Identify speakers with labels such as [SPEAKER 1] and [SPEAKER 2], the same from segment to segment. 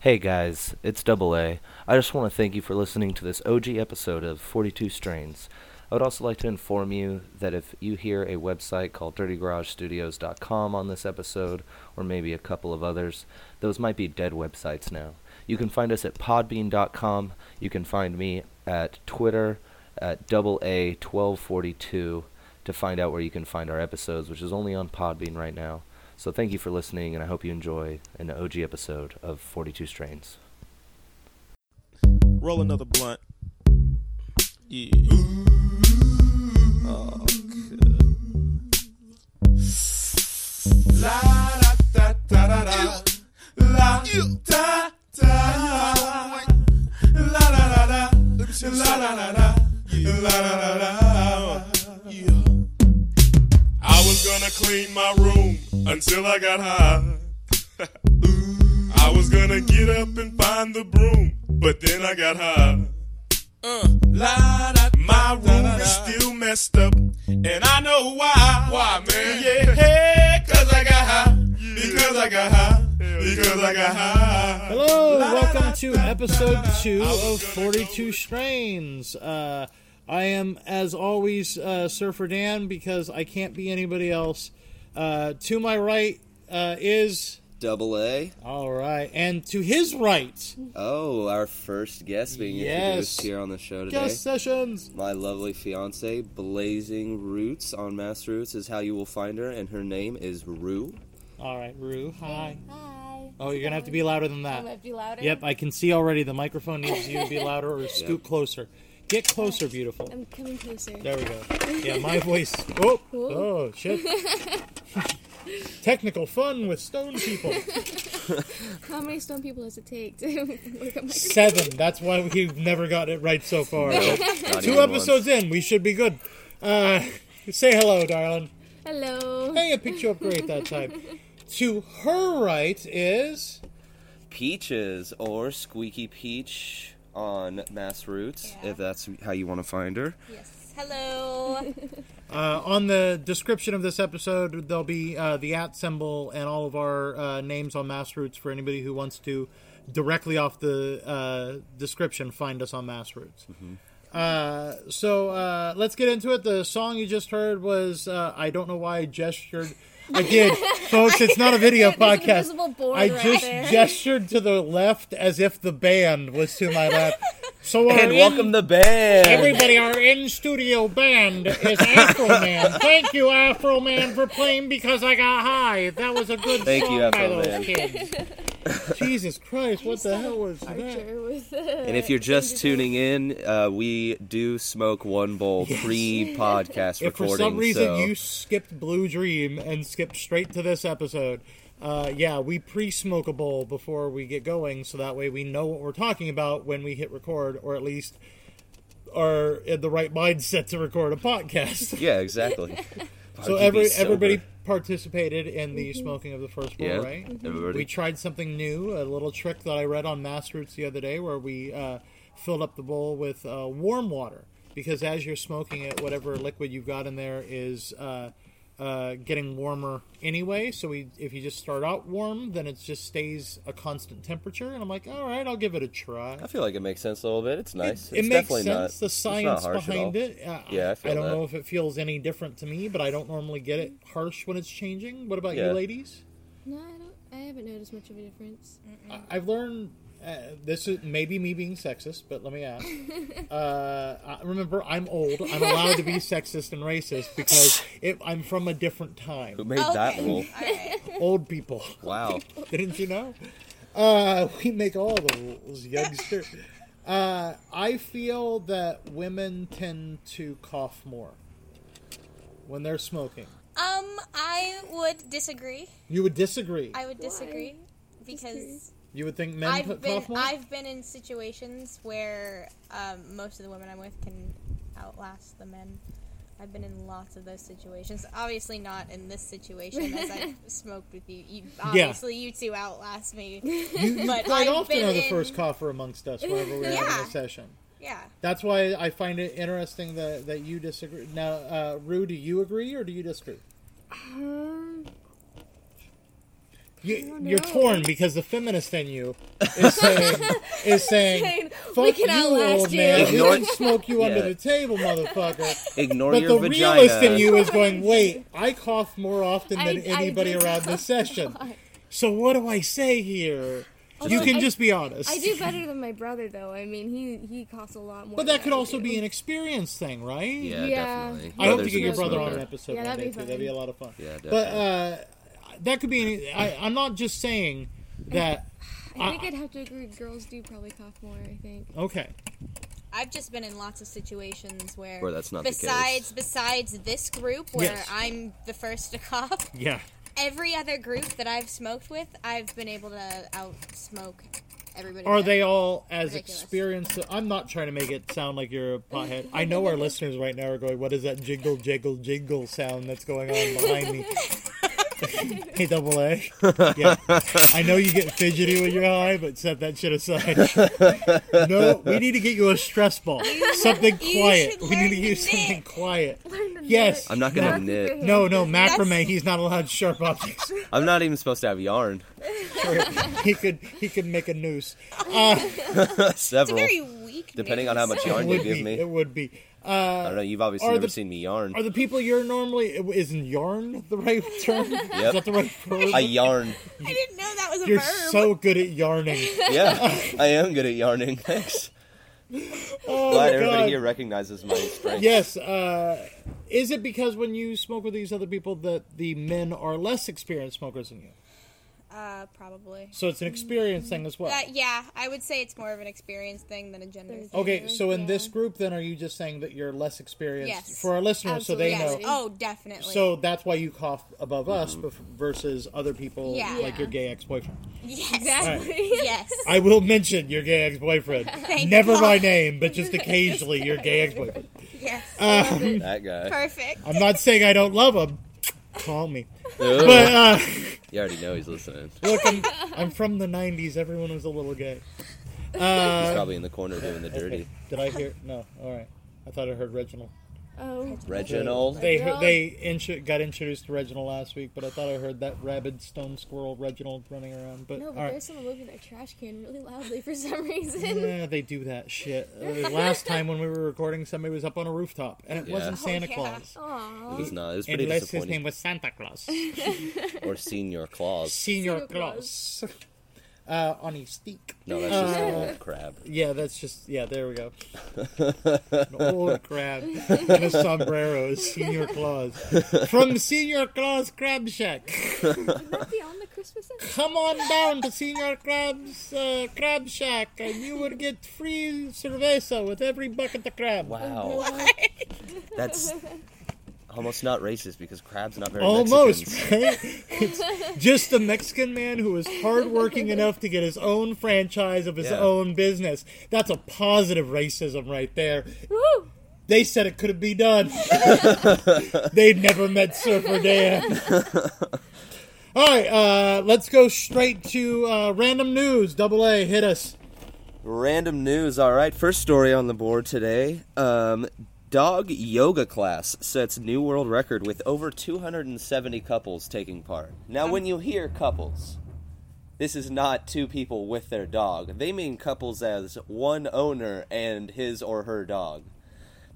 [SPEAKER 1] Hey guys, it's Double A. I just want to thank you for listening to this OG episode of 42 Strains. I would also like to inform you that if you hear a website called dirtygaragestudios.com on this episode, or maybe a couple of others, those might be dead websites now. You can find us at podbean.com. You can find me at Twitter at double A 1242 to find out where you can find our episodes, which is only on Podbean right now. So thank you for listening, and I hope you enjoy an OG episode of 42 Strains.
[SPEAKER 2] Roll another blunt. Yeah. Oh, good.
[SPEAKER 3] La da da da da. La da da. La da da da. La da da da. La da da da. I was gonna clean my room until I got high. I was gonna get up and find the broom, but then I got high. Uh. La, da, my room is still messed up, and I know why. Why, man? Yeah, hey, cause I got high. Because I got high. Because I got high.
[SPEAKER 4] Hello, welcome to episode two of 42 Strains. Uh, I am, as always, uh, Surfer Dan because I can't be anybody else. Uh, to my right uh, is.
[SPEAKER 5] Double A.
[SPEAKER 4] All right, and to his right,
[SPEAKER 5] Oh, our first guest being
[SPEAKER 4] Yes.
[SPEAKER 5] introduced here on the show today.
[SPEAKER 4] guest sessions.
[SPEAKER 5] My lovely fiance, Blazing Roots on Mass Roots is how you will find her, and her name is Rue.
[SPEAKER 4] All right, Rue, hi.
[SPEAKER 6] Hi.
[SPEAKER 4] Oh, you're gonna have to be louder than
[SPEAKER 6] I'm
[SPEAKER 4] that.
[SPEAKER 6] gonna be louder.
[SPEAKER 4] Yep, I can see already. The microphone needs you to be louder or scoot closer. Get closer, beautiful.
[SPEAKER 6] I'm coming closer.
[SPEAKER 4] There we go. Yeah, my voice. Oh, oh, shit. Technical fun with stone people.
[SPEAKER 6] How many stone people does it take to work up my
[SPEAKER 4] Seven. That's why we've never got it right so far.
[SPEAKER 5] Not
[SPEAKER 4] Two
[SPEAKER 5] even
[SPEAKER 4] episodes in, we should be good. Uh, say hello, darling.
[SPEAKER 6] Hello.
[SPEAKER 4] Hey, I picked you up great that time. To her right is
[SPEAKER 5] once. Peaches or Squeaky Peach on Mass Roots,
[SPEAKER 6] Yeah.
[SPEAKER 5] if that's how you want to find her.
[SPEAKER 6] Yes. Hello.
[SPEAKER 4] uh, on the description of this episode. There'll be uh, the at symbol and all of our uh, names on Massroots for anybody who wants to directly off the uh, description find us on Massroots.
[SPEAKER 5] Mm-hmm.
[SPEAKER 4] Uh, so uh, let's get into it. The song you just heard was uh, I don't know why I gestured. I did, folks. It's not a video
[SPEAKER 6] There's an
[SPEAKER 4] podcast.
[SPEAKER 6] invisible board
[SPEAKER 4] I
[SPEAKER 6] right
[SPEAKER 4] just
[SPEAKER 6] there.
[SPEAKER 4] gestured to the left as if the band was to my left. So uh, our
[SPEAKER 5] And welcome
[SPEAKER 4] in-
[SPEAKER 5] the band!
[SPEAKER 4] Everybody, our in studio band is Afro Man. Thank you, Afro Man, for playing because I got high. That was a good
[SPEAKER 5] Thank
[SPEAKER 4] song
[SPEAKER 5] you,
[SPEAKER 4] by
[SPEAKER 5] Afro
[SPEAKER 4] those
[SPEAKER 5] Man.
[SPEAKER 4] kids. Jesus Christ, what the hell was that?
[SPEAKER 6] Archer with uh,
[SPEAKER 5] And if you're just tuning in, uh, we do smoke one bowl pre-podcast
[SPEAKER 4] If
[SPEAKER 5] recording.
[SPEAKER 4] for some reason
[SPEAKER 5] so-
[SPEAKER 4] you skipped Blue Dream and skipped straight to this episode, uh, yeah, we pre-smoke a bowl before we get going, so that way we know what we're talking about when we hit record, or at least are in the right mindset to record a podcast.
[SPEAKER 5] yeah, exactly.
[SPEAKER 4] So
[SPEAKER 5] Keep me
[SPEAKER 4] every
[SPEAKER 5] sober.
[SPEAKER 4] everybody participated in the smoking of the first bowl,
[SPEAKER 5] yeah,
[SPEAKER 4] right?
[SPEAKER 5] everybody.
[SPEAKER 4] We tried something new, a little trick that I read on Massroots the other day, where we uh, filled up the bowl with uh, warm water because as you're smoking it, whatever liquid you've got in there is uh, uh, getting warmer anyway. So we, if you just start out warm, then it just stays a constant temperature. And I'm like, all right, I'll give it a try.
[SPEAKER 5] I feel like it makes sense a little bit. It's nice.
[SPEAKER 4] It
[SPEAKER 5] it's
[SPEAKER 4] makes
[SPEAKER 5] definitely
[SPEAKER 4] sense.
[SPEAKER 5] not.
[SPEAKER 4] the
[SPEAKER 5] it's not
[SPEAKER 4] science
[SPEAKER 5] harsh at
[SPEAKER 4] behind
[SPEAKER 5] all.
[SPEAKER 4] it. Uh,
[SPEAKER 5] Yeah, I feel
[SPEAKER 4] don't
[SPEAKER 5] that.
[SPEAKER 4] know if it feels any different to me, but I don't normally get it harsh when it's changing. What about
[SPEAKER 5] Yeah.
[SPEAKER 4] you, ladies?
[SPEAKER 6] No, I don't I haven't noticed much of a difference.
[SPEAKER 4] I- I've learned uh, this is maybe me being sexist, but let me ask. uh, I- remember, I'm old. I'm allowed to be sexist and racist because it, I'm from a different
[SPEAKER 5] Who
[SPEAKER 4] time.
[SPEAKER 5] made that rule?
[SPEAKER 4] Old people.
[SPEAKER 5] Wow.
[SPEAKER 4] Didn't you know? Uh, we make all the rules, youngster. Uh, I feel that women tend to cough more when they're smoking.
[SPEAKER 7] Um, I would disagree.
[SPEAKER 4] You would disagree.
[SPEAKER 7] I would disagree because
[SPEAKER 4] you would think men co-
[SPEAKER 7] I've been
[SPEAKER 4] cough more.
[SPEAKER 7] I've been in situations where um, most of the women I'm with can outlast the men. I've been in lots of those situations. Obviously, not in this situation as I smoked with you. you obviously, you two outlast me. but
[SPEAKER 4] Quite
[SPEAKER 7] I've
[SPEAKER 4] often
[SPEAKER 7] been
[SPEAKER 4] are the
[SPEAKER 7] in-
[SPEAKER 4] first cougher amongst us whenever we're having
[SPEAKER 7] Yeah.
[SPEAKER 4] a session.
[SPEAKER 7] Yeah,
[SPEAKER 4] That's why I find it interesting that, that you disagree. Now, uh, Rue, do you agree or do you disagree?
[SPEAKER 6] Um
[SPEAKER 4] You,
[SPEAKER 6] Oh,
[SPEAKER 4] You're
[SPEAKER 6] no.
[SPEAKER 4] torn because the feminist in you is saying, is saying,
[SPEAKER 6] Saying, "We
[SPEAKER 4] "Fuck
[SPEAKER 6] can
[SPEAKER 4] you,
[SPEAKER 6] outlast
[SPEAKER 4] old
[SPEAKER 6] you."
[SPEAKER 4] man. We
[SPEAKER 5] Ignore-
[SPEAKER 4] can smoke you under
[SPEAKER 5] Yeah.
[SPEAKER 4] the table, motherfucker."
[SPEAKER 5] Ignore
[SPEAKER 4] But
[SPEAKER 5] your
[SPEAKER 4] the
[SPEAKER 5] vagina.
[SPEAKER 4] realist in you is going, "Wait, I cough more often
[SPEAKER 6] I-
[SPEAKER 4] than
[SPEAKER 6] I
[SPEAKER 4] anybody
[SPEAKER 6] do
[SPEAKER 4] around
[SPEAKER 6] cough
[SPEAKER 4] this session.
[SPEAKER 6] a lot.
[SPEAKER 4] So what do I say here?" you
[SPEAKER 6] Although
[SPEAKER 4] can
[SPEAKER 6] I-
[SPEAKER 4] just be honest.
[SPEAKER 6] I do better than my brother, though. I mean, he he coughs a lot more.
[SPEAKER 4] But that
[SPEAKER 6] than
[SPEAKER 4] could
[SPEAKER 6] I
[SPEAKER 4] also
[SPEAKER 6] do.
[SPEAKER 4] be an experience thing, right?
[SPEAKER 5] Yeah,
[SPEAKER 6] Yeah.
[SPEAKER 4] I
[SPEAKER 5] definitely.
[SPEAKER 4] hope to
[SPEAKER 5] Brothers
[SPEAKER 4] get
[SPEAKER 5] in
[SPEAKER 4] your
[SPEAKER 5] the
[SPEAKER 4] brother on an
[SPEAKER 5] smoker.
[SPEAKER 4] episode.
[SPEAKER 6] Yeah,
[SPEAKER 4] one
[SPEAKER 6] that'd
[SPEAKER 4] day,
[SPEAKER 6] be
[SPEAKER 4] too.
[SPEAKER 6] fun.
[SPEAKER 4] That'd be a lot of fun.
[SPEAKER 5] Yeah,
[SPEAKER 4] But
[SPEAKER 5] definitely.
[SPEAKER 4] uh, that could be. Any, I, I'm not just saying that.
[SPEAKER 6] I think I'd have to agree. Girls do probably cough more. I think.
[SPEAKER 4] Okay.
[SPEAKER 7] I've just been in lots of situations where,
[SPEAKER 5] Where that's not the case.
[SPEAKER 7] besides besides this group where
[SPEAKER 4] Yes.
[SPEAKER 7] I'm the first to cough,
[SPEAKER 4] Yeah.
[SPEAKER 7] every other group that I've smoked with, I've been able to out smoke everybody.
[SPEAKER 4] Are
[SPEAKER 7] there.
[SPEAKER 4] they all as
[SPEAKER 7] Ridiculous.
[SPEAKER 4] experienced? I'm not trying to make it sound like you're a pothead. I know our listeners right now are going, "What is that jingle, jingle, jingle sound that's going on behind me?" hey, double A. Yeah, I know you get fidgety when you're high, but set that shit aside. no, we need to get you a stress ball, something
[SPEAKER 7] you
[SPEAKER 4] quiet.
[SPEAKER 7] should
[SPEAKER 4] We need
[SPEAKER 7] learn
[SPEAKER 4] to
[SPEAKER 7] to
[SPEAKER 4] use something
[SPEAKER 7] knit.
[SPEAKER 4] quiet.
[SPEAKER 6] Learn to
[SPEAKER 4] Yes.
[SPEAKER 5] I'm not gonna
[SPEAKER 6] Not with your
[SPEAKER 5] knit.
[SPEAKER 6] hands.
[SPEAKER 4] No, no,
[SPEAKER 7] That's-
[SPEAKER 4] macrame. He's not allowed sharp objects.
[SPEAKER 5] I'm not even supposed to have yarn.
[SPEAKER 4] he could he could make a noose.
[SPEAKER 7] It's a
[SPEAKER 5] Several.
[SPEAKER 7] very weak.
[SPEAKER 5] Depending on how much
[SPEAKER 4] It
[SPEAKER 5] yarn you
[SPEAKER 4] would
[SPEAKER 5] give
[SPEAKER 4] be.
[SPEAKER 5] me.
[SPEAKER 4] It would be.
[SPEAKER 5] I don't know. You've obviously
[SPEAKER 4] uh, Are
[SPEAKER 5] never
[SPEAKER 4] the-
[SPEAKER 5] seen me yarn.
[SPEAKER 4] Are the people you're normally isn't yarn the right term? Is
[SPEAKER 5] Yep.
[SPEAKER 4] that the right word?
[SPEAKER 5] I yarn.
[SPEAKER 7] I didn't know that was a
[SPEAKER 4] you're
[SPEAKER 7] verb.
[SPEAKER 4] so good at yarning.
[SPEAKER 5] Yeah, I am good at yarning. Thanks.
[SPEAKER 4] Oh
[SPEAKER 5] Glad
[SPEAKER 4] my
[SPEAKER 5] everybody
[SPEAKER 4] God.
[SPEAKER 5] here recognizes my strength.
[SPEAKER 4] Yes. Uh, is it because when you smoke with these other people that the men are less experienced smokers than you?
[SPEAKER 7] uh, probably.
[SPEAKER 4] So it's an experience thing as well.
[SPEAKER 7] Uh, yeah, I would say it's more of an experience thing than a gender thing.
[SPEAKER 4] Okay, so in
[SPEAKER 6] Yeah.
[SPEAKER 4] this group, then are you just saying that you're less experienced
[SPEAKER 7] Yes.
[SPEAKER 4] for our listeners, so they
[SPEAKER 7] Yes.
[SPEAKER 4] know?
[SPEAKER 7] Oh, definitely.
[SPEAKER 4] So that's why you cough above us bef- versus other people,
[SPEAKER 7] Yeah.
[SPEAKER 4] like your
[SPEAKER 6] Yeah.
[SPEAKER 4] gay ex-boyfriend.
[SPEAKER 7] yes,
[SPEAKER 6] Exactly.
[SPEAKER 7] yes.
[SPEAKER 4] I will mention your gay ex-boyfriend,
[SPEAKER 7] Thank
[SPEAKER 4] never
[SPEAKER 7] God.
[SPEAKER 4] by name, but just occasionally your gay ex-boyfriend.
[SPEAKER 7] Yes.
[SPEAKER 4] Um,
[SPEAKER 5] That guy.
[SPEAKER 7] Perfect.
[SPEAKER 4] I'm not saying I don't love him. Call me,
[SPEAKER 5] Ooh,
[SPEAKER 4] but uh,
[SPEAKER 5] you already know he's listening. He's
[SPEAKER 4] look, I'm, I'm from the '90s. Everyone was a little gay. Uh,
[SPEAKER 5] probably in the corner doing the dirty.
[SPEAKER 4] did I hear? No. All right. I thought I heard Reginald.
[SPEAKER 6] Oh.
[SPEAKER 5] Reginald.
[SPEAKER 4] They
[SPEAKER 6] Reginald.
[SPEAKER 4] they intro- got introduced to Reginald last week, but I thought I heard that rabid stone squirrel Reginald running around. But
[SPEAKER 6] No,
[SPEAKER 4] all
[SPEAKER 6] but
[SPEAKER 4] right.
[SPEAKER 6] there's someone moving their trash can really loudly for some reason.
[SPEAKER 4] Yeah, they do that shit. Uh, last time when we were recording, somebody was up on a rooftop, and it
[SPEAKER 5] Yeah.
[SPEAKER 4] wasn't
[SPEAKER 5] Oh,
[SPEAKER 4] Santa
[SPEAKER 7] yeah.
[SPEAKER 4] Claus.
[SPEAKER 5] It
[SPEAKER 6] Aww.
[SPEAKER 5] was not. It was pretty
[SPEAKER 4] Unless his name
[SPEAKER 5] disappointing.
[SPEAKER 4] was Santa Claus.
[SPEAKER 5] Or Senior Claus.
[SPEAKER 4] Senior
[SPEAKER 6] Santa Claus.
[SPEAKER 4] Claus. Uh, on a stick.
[SPEAKER 5] No, that's just an old crab.
[SPEAKER 4] Yeah, that's just, yeah, there we go. An old crab and a sombrero, is Senior Claus. From Senior Claus Crab Shack.
[SPEAKER 6] Would that be on the Christmas episode?
[SPEAKER 4] Come on down to Senior Crab's uh, Crab Shack, and you will get free cerveza with every bucket of crab.
[SPEAKER 5] Wow. That's almost not racist because crab's not very
[SPEAKER 4] Almost,
[SPEAKER 5] Mexicans.
[SPEAKER 4] right? It's just a Mexican man who is hardworking enough to get his own franchise of his
[SPEAKER 5] Yeah.
[SPEAKER 4] own business. That's a positive racism right there.
[SPEAKER 6] Woo!
[SPEAKER 4] They said it could be done. They'd never met Surfer Dan. All right, uh, let's go straight to uh, random news. Double A, hit us.
[SPEAKER 5] Random news. All right, first story on the board today. Um, dog yoga class sets new world record with over 270 couples taking part. Now, when you hear couples, this is not two people with their dog. They mean couples as one owner and his or her dog.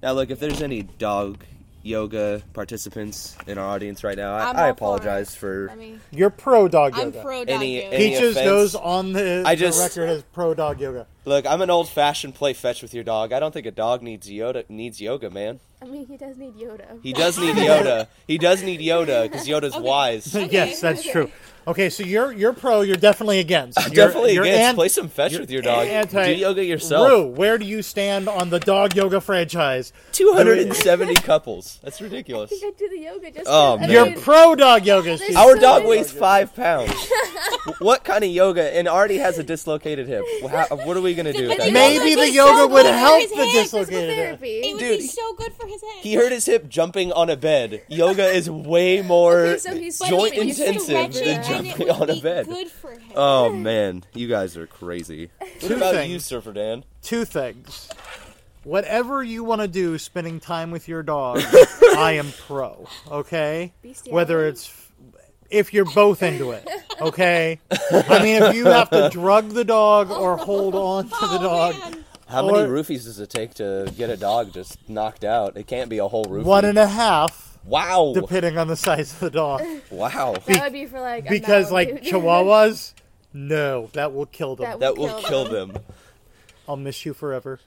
[SPEAKER 5] Now, look, if there's any dog yoga participants in our audience right now,
[SPEAKER 7] I'm
[SPEAKER 5] I, I
[SPEAKER 7] all for it.
[SPEAKER 5] apologize for.
[SPEAKER 6] I mean,
[SPEAKER 4] You're pro dog
[SPEAKER 7] I'm pro dog
[SPEAKER 5] Any-
[SPEAKER 7] yoga.
[SPEAKER 5] any-
[SPEAKER 4] Peaches
[SPEAKER 5] offense?
[SPEAKER 4] goes on the,
[SPEAKER 5] I
[SPEAKER 4] the
[SPEAKER 5] just-
[SPEAKER 4] record as pro dog yoga.
[SPEAKER 5] Look, I'm an old-fashioned play fetch with your dog. I don't think a dog needs yoga. Needs yoga, man.
[SPEAKER 6] I mean, he does need Yoda.
[SPEAKER 5] He does need Yoda. He does need Yoda because Yoda's wise.
[SPEAKER 4] yes, that's true. Okay, so you're you're pro. You're definitely against. You're,
[SPEAKER 5] Definitely
[SPEAKER 4] you're
[SPEAKER 5] against.
[SPEAKER 4] an-
[SPEAKER 5] Play some fetch
[SPEAKER 4] you're
[SPEAKER 5] with your dog.
[SPEAKER 4] anti-
[SPEAKER 5] Do yoga yourself.
[SPEAKER 4] Rue, where do you stand on the dog yoga franchise?
[SPEAKER 5] 270 couples. That's ridiculous.
[SPEAKER 6] I think I'd do the yoga just.
[SPEAKER 5] Oh,
[SPEAKER 6] 'cause,
[SPEAKER 5] man.
[SPEAKER 6] I
[SPEAKER 4] You're
[SPEAKER 6] mean,
[SPEAKER 4] pro dog yoga.
[SPEAKER 6] There's-
[SPEAKER 4] Steve.
[SPEAKER 5] Our dog weighs five pounds. what kind of yoga? And already has a dislocated hip. How, what are we gonna do with that?
[SPEAKER 4] Maybe
[SPEAKER 5] dog?
[SPEAKER 4] the
[SPEAKER 7] It's
[SPEAKER 4] yoga
[SPEAKER 7] so
[SPEAKER 4] would
[SPEAKER 7] good for
[SPEAKER 4] help
[SPEAKER 7] his
[SPEAKER 4] the
[SPEAKER 7] head.
[SPEAKER 4] dis-
[SPEAKER 6] physical
[SPEAKER 4] dislocated it.
[SPEAKER 6] therapy.
[SPEAKER 7] It would
[SPEAKER 5] Dude,
[SPEAKER 7] be so good for his head.
[SPEAKER 5] He hurt his hip jumping on a bed. Yoga is way more
[SPEAKER 6] Okay, so he's
[SPEAKER 5] joint
[SPEAKER 6] sleeping. He's
[SPEAKER 5] intensive
[SPEAKER 6] stretching
[SPEAKER 5] than
[SPEAKER 6] and it
[SPEAKER 5] jumping on a bed.
[SPEAKER 7] Good for him.
[SPEAKER 5] Oh man, you guys are crazy. What
[SPEAKER 4] Two
[SPEAKER 5] about you,
[SPEAKER 4] things.
[SPEAKER 5] Surfer Dan?
[SPEAKER 4] Two things. Whatever you want to do, spending time with your dog, I am pro. Okay,
[SPEAKER 6] Bestiality.
[SPEAKER 4] whether it's if you're both into it. Okay. I mean, if you have to drug the dog or hold on to
[SPEAKER 6] Oh,
[SPEAKER 4] the dog,
[SPEAKER 5] How many
[SPEAKER 4] Or-
[SPEAKER 5] roofies does it take to get a dog just knocked out? It can't be a whole roofie.
[SPEAKER 4] one and a half,
[SPEAKER 5] wow.
[SPEAKER 4] depending on the size of the dog.
[SPEAKER 5] wow.
[SPEAKER 6] That would be for like a
[SPEAKER 4] Because like
[SPEAKER 6] Malibu.
[SPEAKER 4] Chihuawas, no, that will kill them.
[SPEAKER 6] That
[SPEAKER 5] That will kill them.
[SPEAKER 4] I'll miss you forever.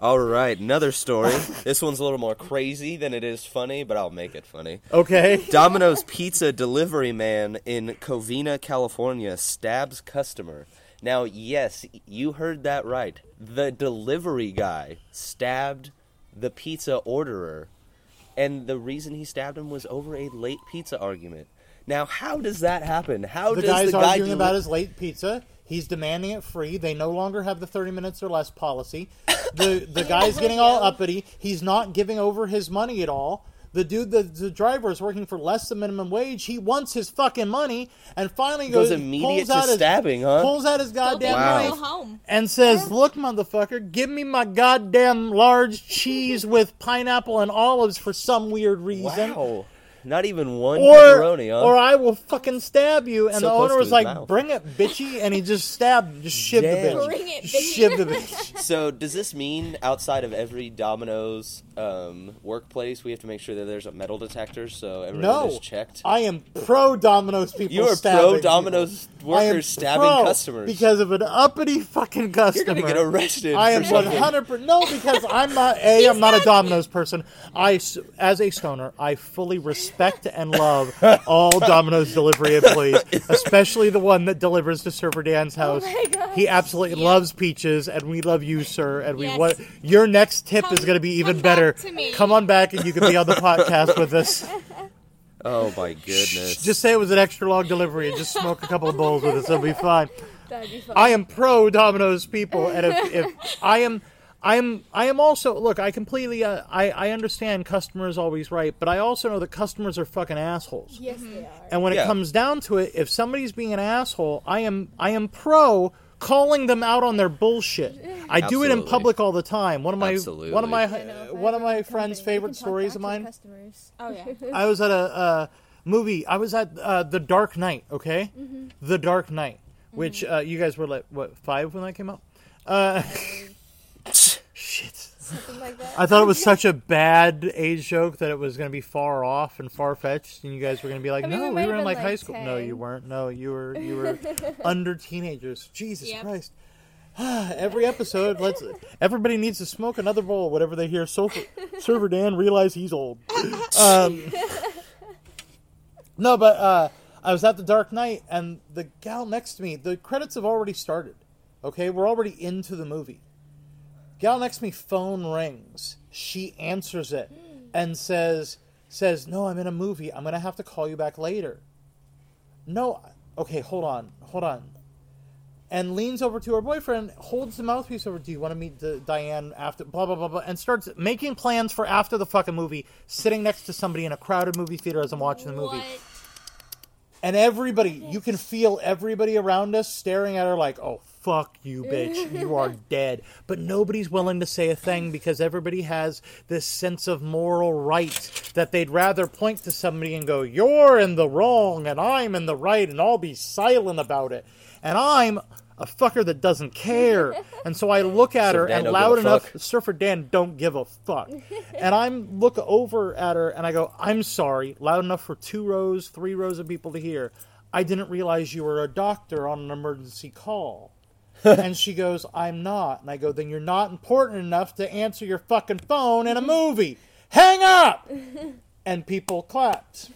[SPEAKER 5] All right, another story. this one's a little more crazy than it is funny, but I'll make it funny.
[SPEAKER 4] Okay.
[SPEAKER 5] Domino's Pizza delivery man in Covina, California stabs customer. Now, yes, you heard that right. The delivery guy stabbed the pizza orderer, and the reason he stabbed him was over a late pizza argument. Now, how does that happen? How
[SPEAKER 4] The
[SPEAKER 5] does
[SPEAKER 4] guy's
[SPEAKER 5] the guy
[SPEAKER 4] arguing
[SPEAKER 5] deli-
[SPEAKER 4] about his late pizza. He's demanding it free. They no longer have the thirty minutes or less policy. The the guy's
[SPEAKER 5] Oh
[SPEAKER 4] getting all uppity. He's not giving over his money at all. The dude, the, the driver is working for less than minimum wage. He wants his fucking money, and finally
[SPEAKER 5] Goes
[SPEAKER 4] goes,
[SPEAKER 5] immediate
[SPEAKER 4] pulls
[SPEAKER 5] to
[SPEAKER 4] out his,
[SPEAKER 5] stabbing, huh?
[SPEAKER 4] Pulls out his goddamn
[SPEAKER 5] Wow.
[SPEAKER 4] knife
[SPEAKER 7] Go home.
[SPEAKER 4] and says, "Look, motherfucker, give me my goddamn large cheese with pineapple and olives for some weird reason."
[SPEAKER 5] Wow. Not even one
[SPEAKER 4] or,
[SPEAKER 5] pepperoni, huh?
[SPEAKER 4] or I will fucking stab you. And
[SPEAKER 5] So
[SPEAKER 4] the
[SPEAKER 5] close to
[SPEAKER 4] owner was
[SPEAKER 5] his
[SPEAKER 4] like,
[SPEAKER 5] mouth.
[SPEAKER 4] bring it, bitchy. And he just stabbed, just shivved
[SPEAKER 5] Damn.
[SPEAKER 4] the bitch.
[SPEAKER 7] Bring it,
[SPEAKER 4] Just
[SPEAKER 7] bitch.
[SPEAKER 4] Shivved the bitch.
[SPEAKER 5] So does this mean outside of every Domino's um, workplace, we have to make sure that there's a metal detector so everyone is
[SPEAKER 4] No.
[SPEAKER 5] checked?
[SPEAKER 4] I am pro Domino's people
[SPEAKER 5] You are
[SPEAKER 4] stabbing
[SPEAKER 5] pro Domino's
[SPEAKER 4] people. I am
[SPEAKER 5] workers stabbing
[SPEAKER 4] pro
[SPEAKER 5] customers.
[SPEAKER 4] Because of an uppity fucking
[SPEAKER 5] You're
[SPEAKER 4] customer.
[SPEAKER 5] gonna get arrested.
[SPEAKER 4] I am
[SPEAKER 5] for something.
[SPEAKER 4] 100 percent no because I'm not a I'm not a Domino's person. I s- as a stoner, I fully respect and love all Domino's delivery employees, especially the one that delivers to Surfer Dan's
[SPEAKER 7] Oh
[SPEAKER 4] house.
[SPEAKER 6] my gosh.
[SPEAKER 4] he absolutely loves peaches, and we love you, sir. And we
[SPEAKER 7] Yes.
[SPEAKER 4] want your next tip is
[SPEAKER 7] Come-
[SPEAKER 4] going to be even
[SPEAKER 7] come back
[SPEAKER 4] better.
[SPEAKER 7] to me.
[SPEAKER 4] Come on back, and you can be on the podcast with us.
[SPEAKER 5] Oh my goodness.
[SPEAKER 4] Just say it was an extra long delivery, and just smoke a couple of bowls with us. It'll be fine.
[SPEAKER 6] That'd be fun.
[SPEAKER 4] I am pro Domino's people, and if, if I am, I am, I am also look. I completely, uh, I, I understand customers always right, but I also know that customers are fucking assholes.
[SPEAKER 6] yes, they are.
[SPEAKER 4] And when
[SPEAKER 5] Yeah.
[SPEAKER 4] it comes down to it, if somebody's being an asshole, I am, I am pro calling them out on their bullshit. I do it in
[SPEAKER 5] Absolutely.
[SPEAKER 4] public all the time. One of my,
[SPEAKER 5] Absolutely.
[SPEAKER 4] one of my,
[SPEAKER 6] You know, if I
[SPEAKER 4] uh, one of
[SPEAKER 6] work at
[SPEAKER 4] my
[SPEAKER 6] a company,
[SPEAKER 4] friends'
[SPEAKER 6] you
[SPEAKER 4] favorite
[SPEAKER 6] can talk back
[SPEAKER 4] stories
[SPEAKER 6] to
[SPEAKER 4] of mine.
[SPEAKER 6] Customers.
[SPEAKER 7] Oh yeah.
[SPEAKER 4] I was at a, uh movie. I was at uh, The Dark Knight. Okay,
[SPEAKER 6] Mm-hmm.
[SPEAKER 4] The Dark Knight, which uh, you guys were like what five when that came out. Uh, shit,
[SPEAKER 7] Something like that.
[SPEAKER 4] I thought it was such a bad age joke that it was going to be far off and far fetched, and you guys were going to be like,
[SPEAKER 6] I mean, we
[SPEAKER 4] "No,
[SPEAKER 6] might
[SPEAKER 4] we were in
[SPEAKER 6] have been,
[SPEAKER 4] like high
[SPEAKER 6] like,
[SPEAKER 4] school." No,
[SPEAKER 6] 10.
[SPEAKER 4] you weren't. No, you were you were under teenagers. Jesus
[SPEAKER 7] Yep.
[SPEAKER 4] Christ. Every episode, let's. Everybody needs to smoke another bowl whenever they hear Sulfur, Server Dan realize he's old. Um, no, but uh, I was at the Dark Knight, and the gal next to me. The credits have already started. Okay, we're already into the movie. Gal next to me phone rings. She answers it and says says, "No, I'm in a movie. I'm going to have to call you back later." No, okay, hold on. Hold on. And leans over to her boyfriend, holds the mouthpiece over, "Do you want to meet D- Diane after blah blah blah blah?" and starts making plans for after the fucking movie, sitting next to somebody in a crowded movie theater as I'm watching the movie. And everybody, you can feel everybody around us staring at her like, oh, fuck you, bitch. You are dead. But nobody's willing to say a thing because everybody has this sense of moral right that they'd rather point to somebody and go, you're in the wrong and I'm in the right and I'll be silent about it. And I'm a fucker that doesn't care. And so I look at her
[SPEAKER 5] Dan
[SPEAKER 4] and
[SPEAKER 5] don't
[SPEAKER 4] loud
[SPEAKER 5] give a
[SPEAKER 4] enough,
[SPEAKER 5] fuck.
[SPEAKER 4] Surfer Dan don't give a fuck. And I'm look over at her and I go, I'm sorry, loud enough for two rows, three rows of people to hear. I didn't realize you were a doctor on an emergency call. and she goes, I'm not. And I go, then you're not important enough to answer your fucking phone in a movie. Hang up! And people clapped.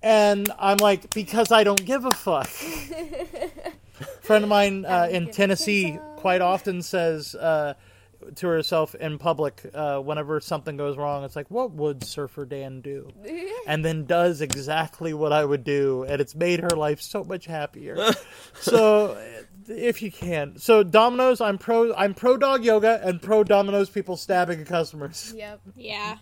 [SPEAKER 4] And I'm like, because I don't give a fuck. Friend of mine uh, in Tennessee quite often says uh, to herself in public uh, whenever something goes wrong, it's like, what would Surfer Dan do? And then does exactly what I would do. And it's made her life so much happier. so uh, if you can. So Domino's, I'm pro I'm pro dog yoga and pro Domino's people stabbing customers.
[SPEAKER 6] Yep.
[SPEAKER 7] Yeah.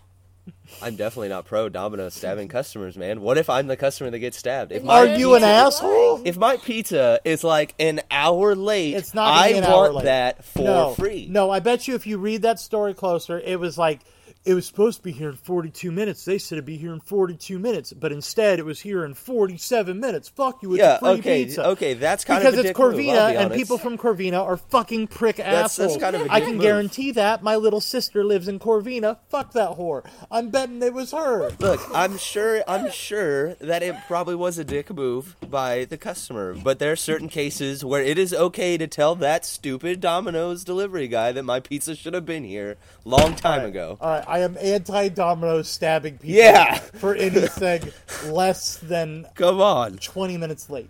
[SPEAKER 5] I'm definitely not pro Domino's stabbing customers, man. What if I'm the customer that gets stabbed? If
[SPEAKER 4] Are
[SPEAKER 5] my,
[SPEAKER 4] you an asshole?
[SPEAKER 5] if my pizza is like an hour late,
[SPEAKER 4] It's not gonna
[SPEAKER 5] I
[SPEAKER 4] be an
[SPEAKER 5] want
[SPEAKER 4] hour late.
[SPEAKER 5] that for
[SPEAKER 4] no,
[SPEAKER 5] free.
[SPEAKER 4] No, I bet you if you read that story closer, it was like it was supposed to be here in 42 minutes. They said it'd be here in 42 minutes, but instead it was here in 47 minutes. Fuck you, it's
[SPEAKER 5] Yeah,
[SPEAKER 4] free
[SPEAKER 5] okay,
[SPEAKER 4] pizza.
[SPEAKER 5] okay, that's kind
[SPEAKER 4] because
[SPEAKER 5] of a
[SPEAKER 4] it's
[SPEAKER 5] dick move, I'll be
[SPEAKER 4] Corvina, and
[SPEAKER 5] honest.
[SPEAKER 4] people from Corvina are fucking prick
[SPEAKER 5] That's- that's
[SPEAKER 4] assholes.
[SPEAKER 5] kind of a
[SPEAKER 4] I
[SPEAKER 5] dick
[SPEAKER 4] can
[SPEAKER 5] move.
[SPEAKER 4] guarantee that. My little sister lives in Corvina. Fuck that whore. I'm betting it was her.
[SPEAKER 5] Look, I'm sure I'm sure that it probably was a dick move by the customer, but there are certain cases where it is okay to tell that stupid Domino's delivery guy that my pizza should have been here long time ago.
[SPEAKER 4] All right, I am anti Domino stabbing people
[SPEAKER 5] Yeah.
[SPEAKER 4] for anything less than
[SPEAKER 5] Come on.
[SPEAKER 4] 20 minutes late.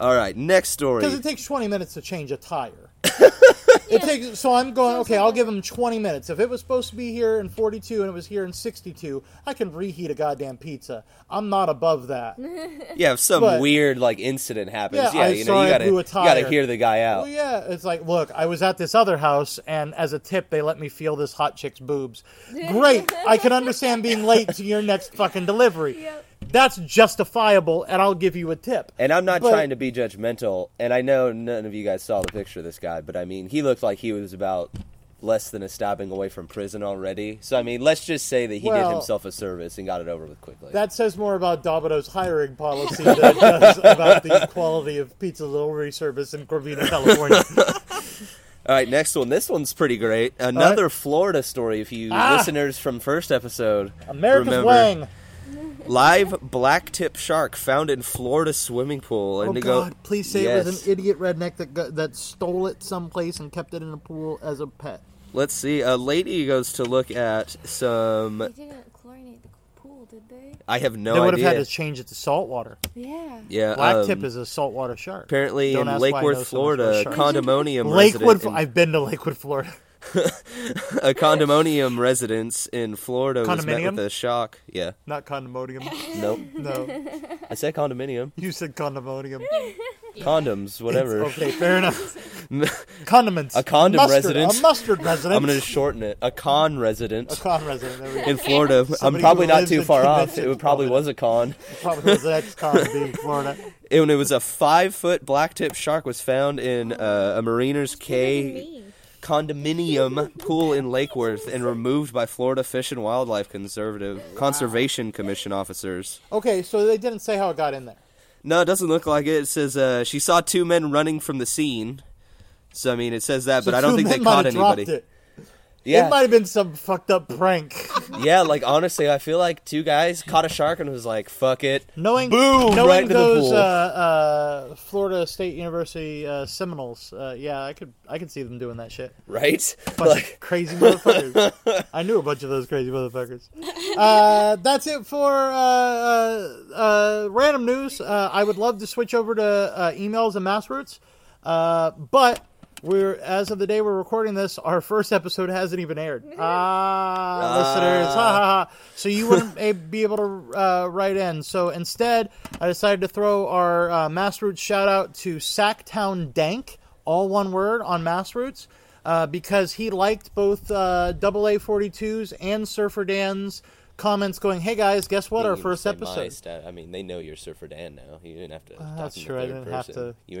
[SPEAKER 5] All right, next story.
[SPEAKER 4] Because it takes 20 minutes to change a tire. It takes so I'm going okay. I'll give him 20 minutes. If it was supposed to be here in 42 and it was here in 62, I can reheat a goddamn pizza. I'm not above that.
[SPEAKER 5] Yeah, if some
[SPEAKER 4] But-
[SPEAKER 5] weird like incident happens,
[SPEAKER 4] Yeah,
[SPEAKER 5] yeah,
[SPEAKER 4] I
[SPEAKER 5] you
[SPEAKER 4] saw
[SPEAKER 5] know, you
[SPEAKER 4] I
[SPEAKER 5] gotta,
[SPEAKER 4] blew a
[SPEAKER 5] you gotta
[SPEAKER 4] tire.
[SPEAKER 5] hear the guy out.
[SPEAKER 4] Well, yeah, it's like, look, I was at this other house, and as a tip, they let me feel this hot chick's boobs. Great, I can understand being late to your next fucking delivery.
[SPEAKER 6] Yep.
[SPEAKER 4] That's justifiable, and I'll give you a tip.
[SPEAKER 5] And I'm not
[SPEAKER 4] But-
[SPEAKER 5] trying to be judgmental, and I know none of you guys saw the picture of this guy, but I mean, he looked like he was about less than a stopping away from prison already. So I mean, let's just say that he
[SPEAKER 4] Well-
[SPEAKER 5] did himself a service and got it over with quickly.
[SPEAKER 4] That says more about Domino's hiring policy than it does about the quality of pizza delivery service in Corvina, California.
[SPEAKER 5] All right, next one. This one's pretty great. Another Florida story. If you
[SPEAKER 4] Ah!
[SPEAKER 5] listeners from first episode
[SPEAKER 4] America's
[SPEAKER 5] remember,
[SPEAKER 4] Wang.
[SPEAKER 5] live blacktip shark found in Florida swimming
[SPEAKER 4] Oh
[SPEAKER 5] pool. And to go-
[SPEAKER 4] God! Please say it
[SPEAKER 5] Yes.
[SPEAKER 4] was an idiot redneck that got, that stole it someplace and kept it in a pool as a pet.
[SPEAKER 5] Let's see. A lady goes to look at
[SPEAKER 6] They
[SPEAKER 5] some.
[SPEAKER 6] didn't chlorinate the pool, did they?
[SPEAKER 5] I have no
[SPEAKER 4] they would
[SPEAKER 5] idea.
[SPEAKER 4] have had to change it to saltwater.
[SPEAKER 6] Yeah.
[SPEAKER 5] yeah,
[SPEAKER 4] Black
[SPEAKER 5] um,
[SPEAKER 4] tip is a saltwater shark.
[SPEAKER 5] Apparently
[SPEAKER 4] Don't
[SPEAKER 5] in
[SPEAKER 4] ask why I
[SPEAKER 5] Lake
[SPEAKER 4] know so
[SPEAKER 5] Worth,
[SPEAKER 4] much
[SPEAKER 5] Florida, a
[SPEAKER 4] about sharks.
[SPEAKER 5] condominium
[SPEAKER 4] Lakewood.
[SPEAKER 5] resident. in-
[SPEAKER 4] I've been to Lakewood, Florida.
[SPEAKER 5] a condominium residence in Florida was met
[SPEAKER 4] Condominium?
[SPEAKER 5] with a shock. Yeah.
[SPEAKER 4] Not condominium.
[SPEAKER 5] Nope.
[SPEAKER 4] No,
[SPEAKER 5] I said condominium.
[SPEAKER 4] you said condominium.
[SPEAKER 5] Condoms, whatever.
[SPEAKER 4] Okay, fair enough. Condiments.
[SPEAKER 5] A condom
[SPEAKER 4] mustard,
[SPEAKER 5] resident.
[SPEAKER 4] A mustard resident.
[SPEAKER 5] I'm going to shorten it. A con resident.
[SPEAKER 4] A con resident. There we go.
[SPEAKER 5] in Florida. I'm
[SPEAKER 4] Somebody
[SPEAKER 5] probably
[SPEAKER 4] who
[SPEAKER 5] not
[SPEAKER 4] lives
[SPEAKER 5] too
[SPEAKER 4] in
[SPEAKER 5] far off.
[SPEAKER 4] convention
[SPEAKER 5] It would- probably
[SPEAKER 4] Florida.
[SPEAKER 5] was a con.
[SPEAKER 4] Probably was an ex-con being Florida.
[SPEAKER 5] And it was a five foot black tip shark was found in uh, a mariner's cay
[SPEAKER 7] Me.
[SPEAKER 5] condominium pool in Lake Worth and removed by Florida Fish and Wildlife Conservative Conservation Commission officers.
[SPEAKER 4] Okay, so they didn't say how it got in there.
[SPEAKER 5] No, it doesn't look like it. It says uh, she saw two men running from the scene. So I mean, it says that, but
[SPEAKER 4] So
[SPEAKER 5] I don't
[SPEAKER 4] two
[SPEAKER 5] think they
[SPEAKER 4] men might
[SPEAKER 5] caught
[SPEAKER 4] have dropped
[SPEAKER 5] anybody.
[SPEAKER 4] It.
[SPEAKER 5] Yeah,
[SPEAKER 4] it might have been some fucked up prank.
[SPEAKER 5] yeah. Like honestly, I feel like two guys caught a shark and was like, "Fuck it."
[SPEAKER 4] Knowing,
[SPEAKER 5] Boom,
[SPEAKER 4] knowing
[SPEAKER 5] right into the
[SPEAKER 4] those
[SPEAKER 5] pool.
[SPEAKER 4] uh, uh, Florida State University uh, Seminoles, uh, yeah, I could I could see them doing that shit.
[SPEAKER 5] Right?
[SPEAKER 4] bunch
[SPEAKER 5] Like,
[SPEAKER 4] of crazy motherfuckers. I knew a bunch of those crazy motherfuckers. Uh, that's it for uh, uh, uh, random news. Uh, I would love to switch over to uh, emails and mass roots, uh, but we're as of the day we're recording this, our first episode hasn't even aired. Ah, listeners, ha, ha, ha. So you wouldn't a- be able to uh, write in. So instead, I decided to throw our uh, mass roots shout out to Sacktown Dank, all one word on mass roots uh, because he liked both uh, AA 42s and Surfer Dan's comments going, hey guys, guess what? Our
[SPEAKER 5] You
[SPEAKER 4] first
[SPEAKER 5] say
[SPEAKER 4] episode. Ah,
[SPEAKER 5] my stat- I mean, they know you're Surfer Dan now. You didn't have to. talk
[SPEAKER 4] that's
[SPEAKER 5] in the
[SPEAKER 4] true, I
[SPEAKER 5] third
[SPEAKER 4] didn't have
[SPEAKER 5] person.
[SPEAKER 4] to-
[SPEAKER 5] You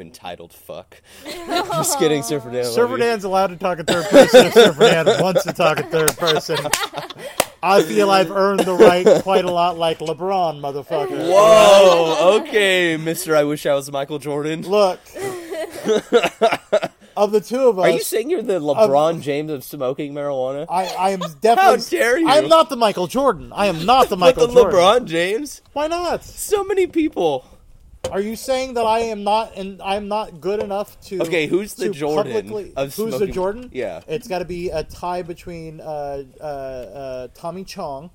[SPEAKER 5] entitled fuck. Just kidding, Surfer Dan. I love
[SPEAKER 4] Surfer
[SPEAKER 5] you.
[SPEAKER 4] Dan's allowed to talk in third person if Surfer Dan wants to talk in third person. I feel I've earned the right quite a lot like LeBron, motherfucker.
[SPEAKER 5] Whoa. Oh, Okay, Mister. I wish I was Michael Jordan.
[SPEAKER 4] Look. of the two of us,
[SPEAKER 5] Are you saying you're the LeBron James of smoking marijuana?
[SPEAKER 4] I, I am definitely.
[SPEAKER 5] dare you.
[SPEAKER 4] I am not the Michael Jordan. I am not the
[SPEAKER 5] But
[SPEAKER 4] Michael
[SPEAKER 5] the
[SPEAKER 4] Jordan.
[SPEAKER 5] LeBron James.
[SPEAKER 4] Why not?
[SPEAKER 5] So many people.
[SPEAKER 4] Are you saying that I am not and I'm not good enough to?
[SPEAKER 5] Okay, who's the
[SPEAKER 4] to
[SPEAKER 5] Jordan
[SPEAKER 4] publicly-
[SPEAKER 5] of
[SPEAKER 4] who's the
[SPEAKER 5] smoking-
[SPEAKER 4] Jordan?
[SPEAKER 5] Yeah.
[SPEAKER 4] it's got to be a tie between uh, uh, uh, Tommy Chong,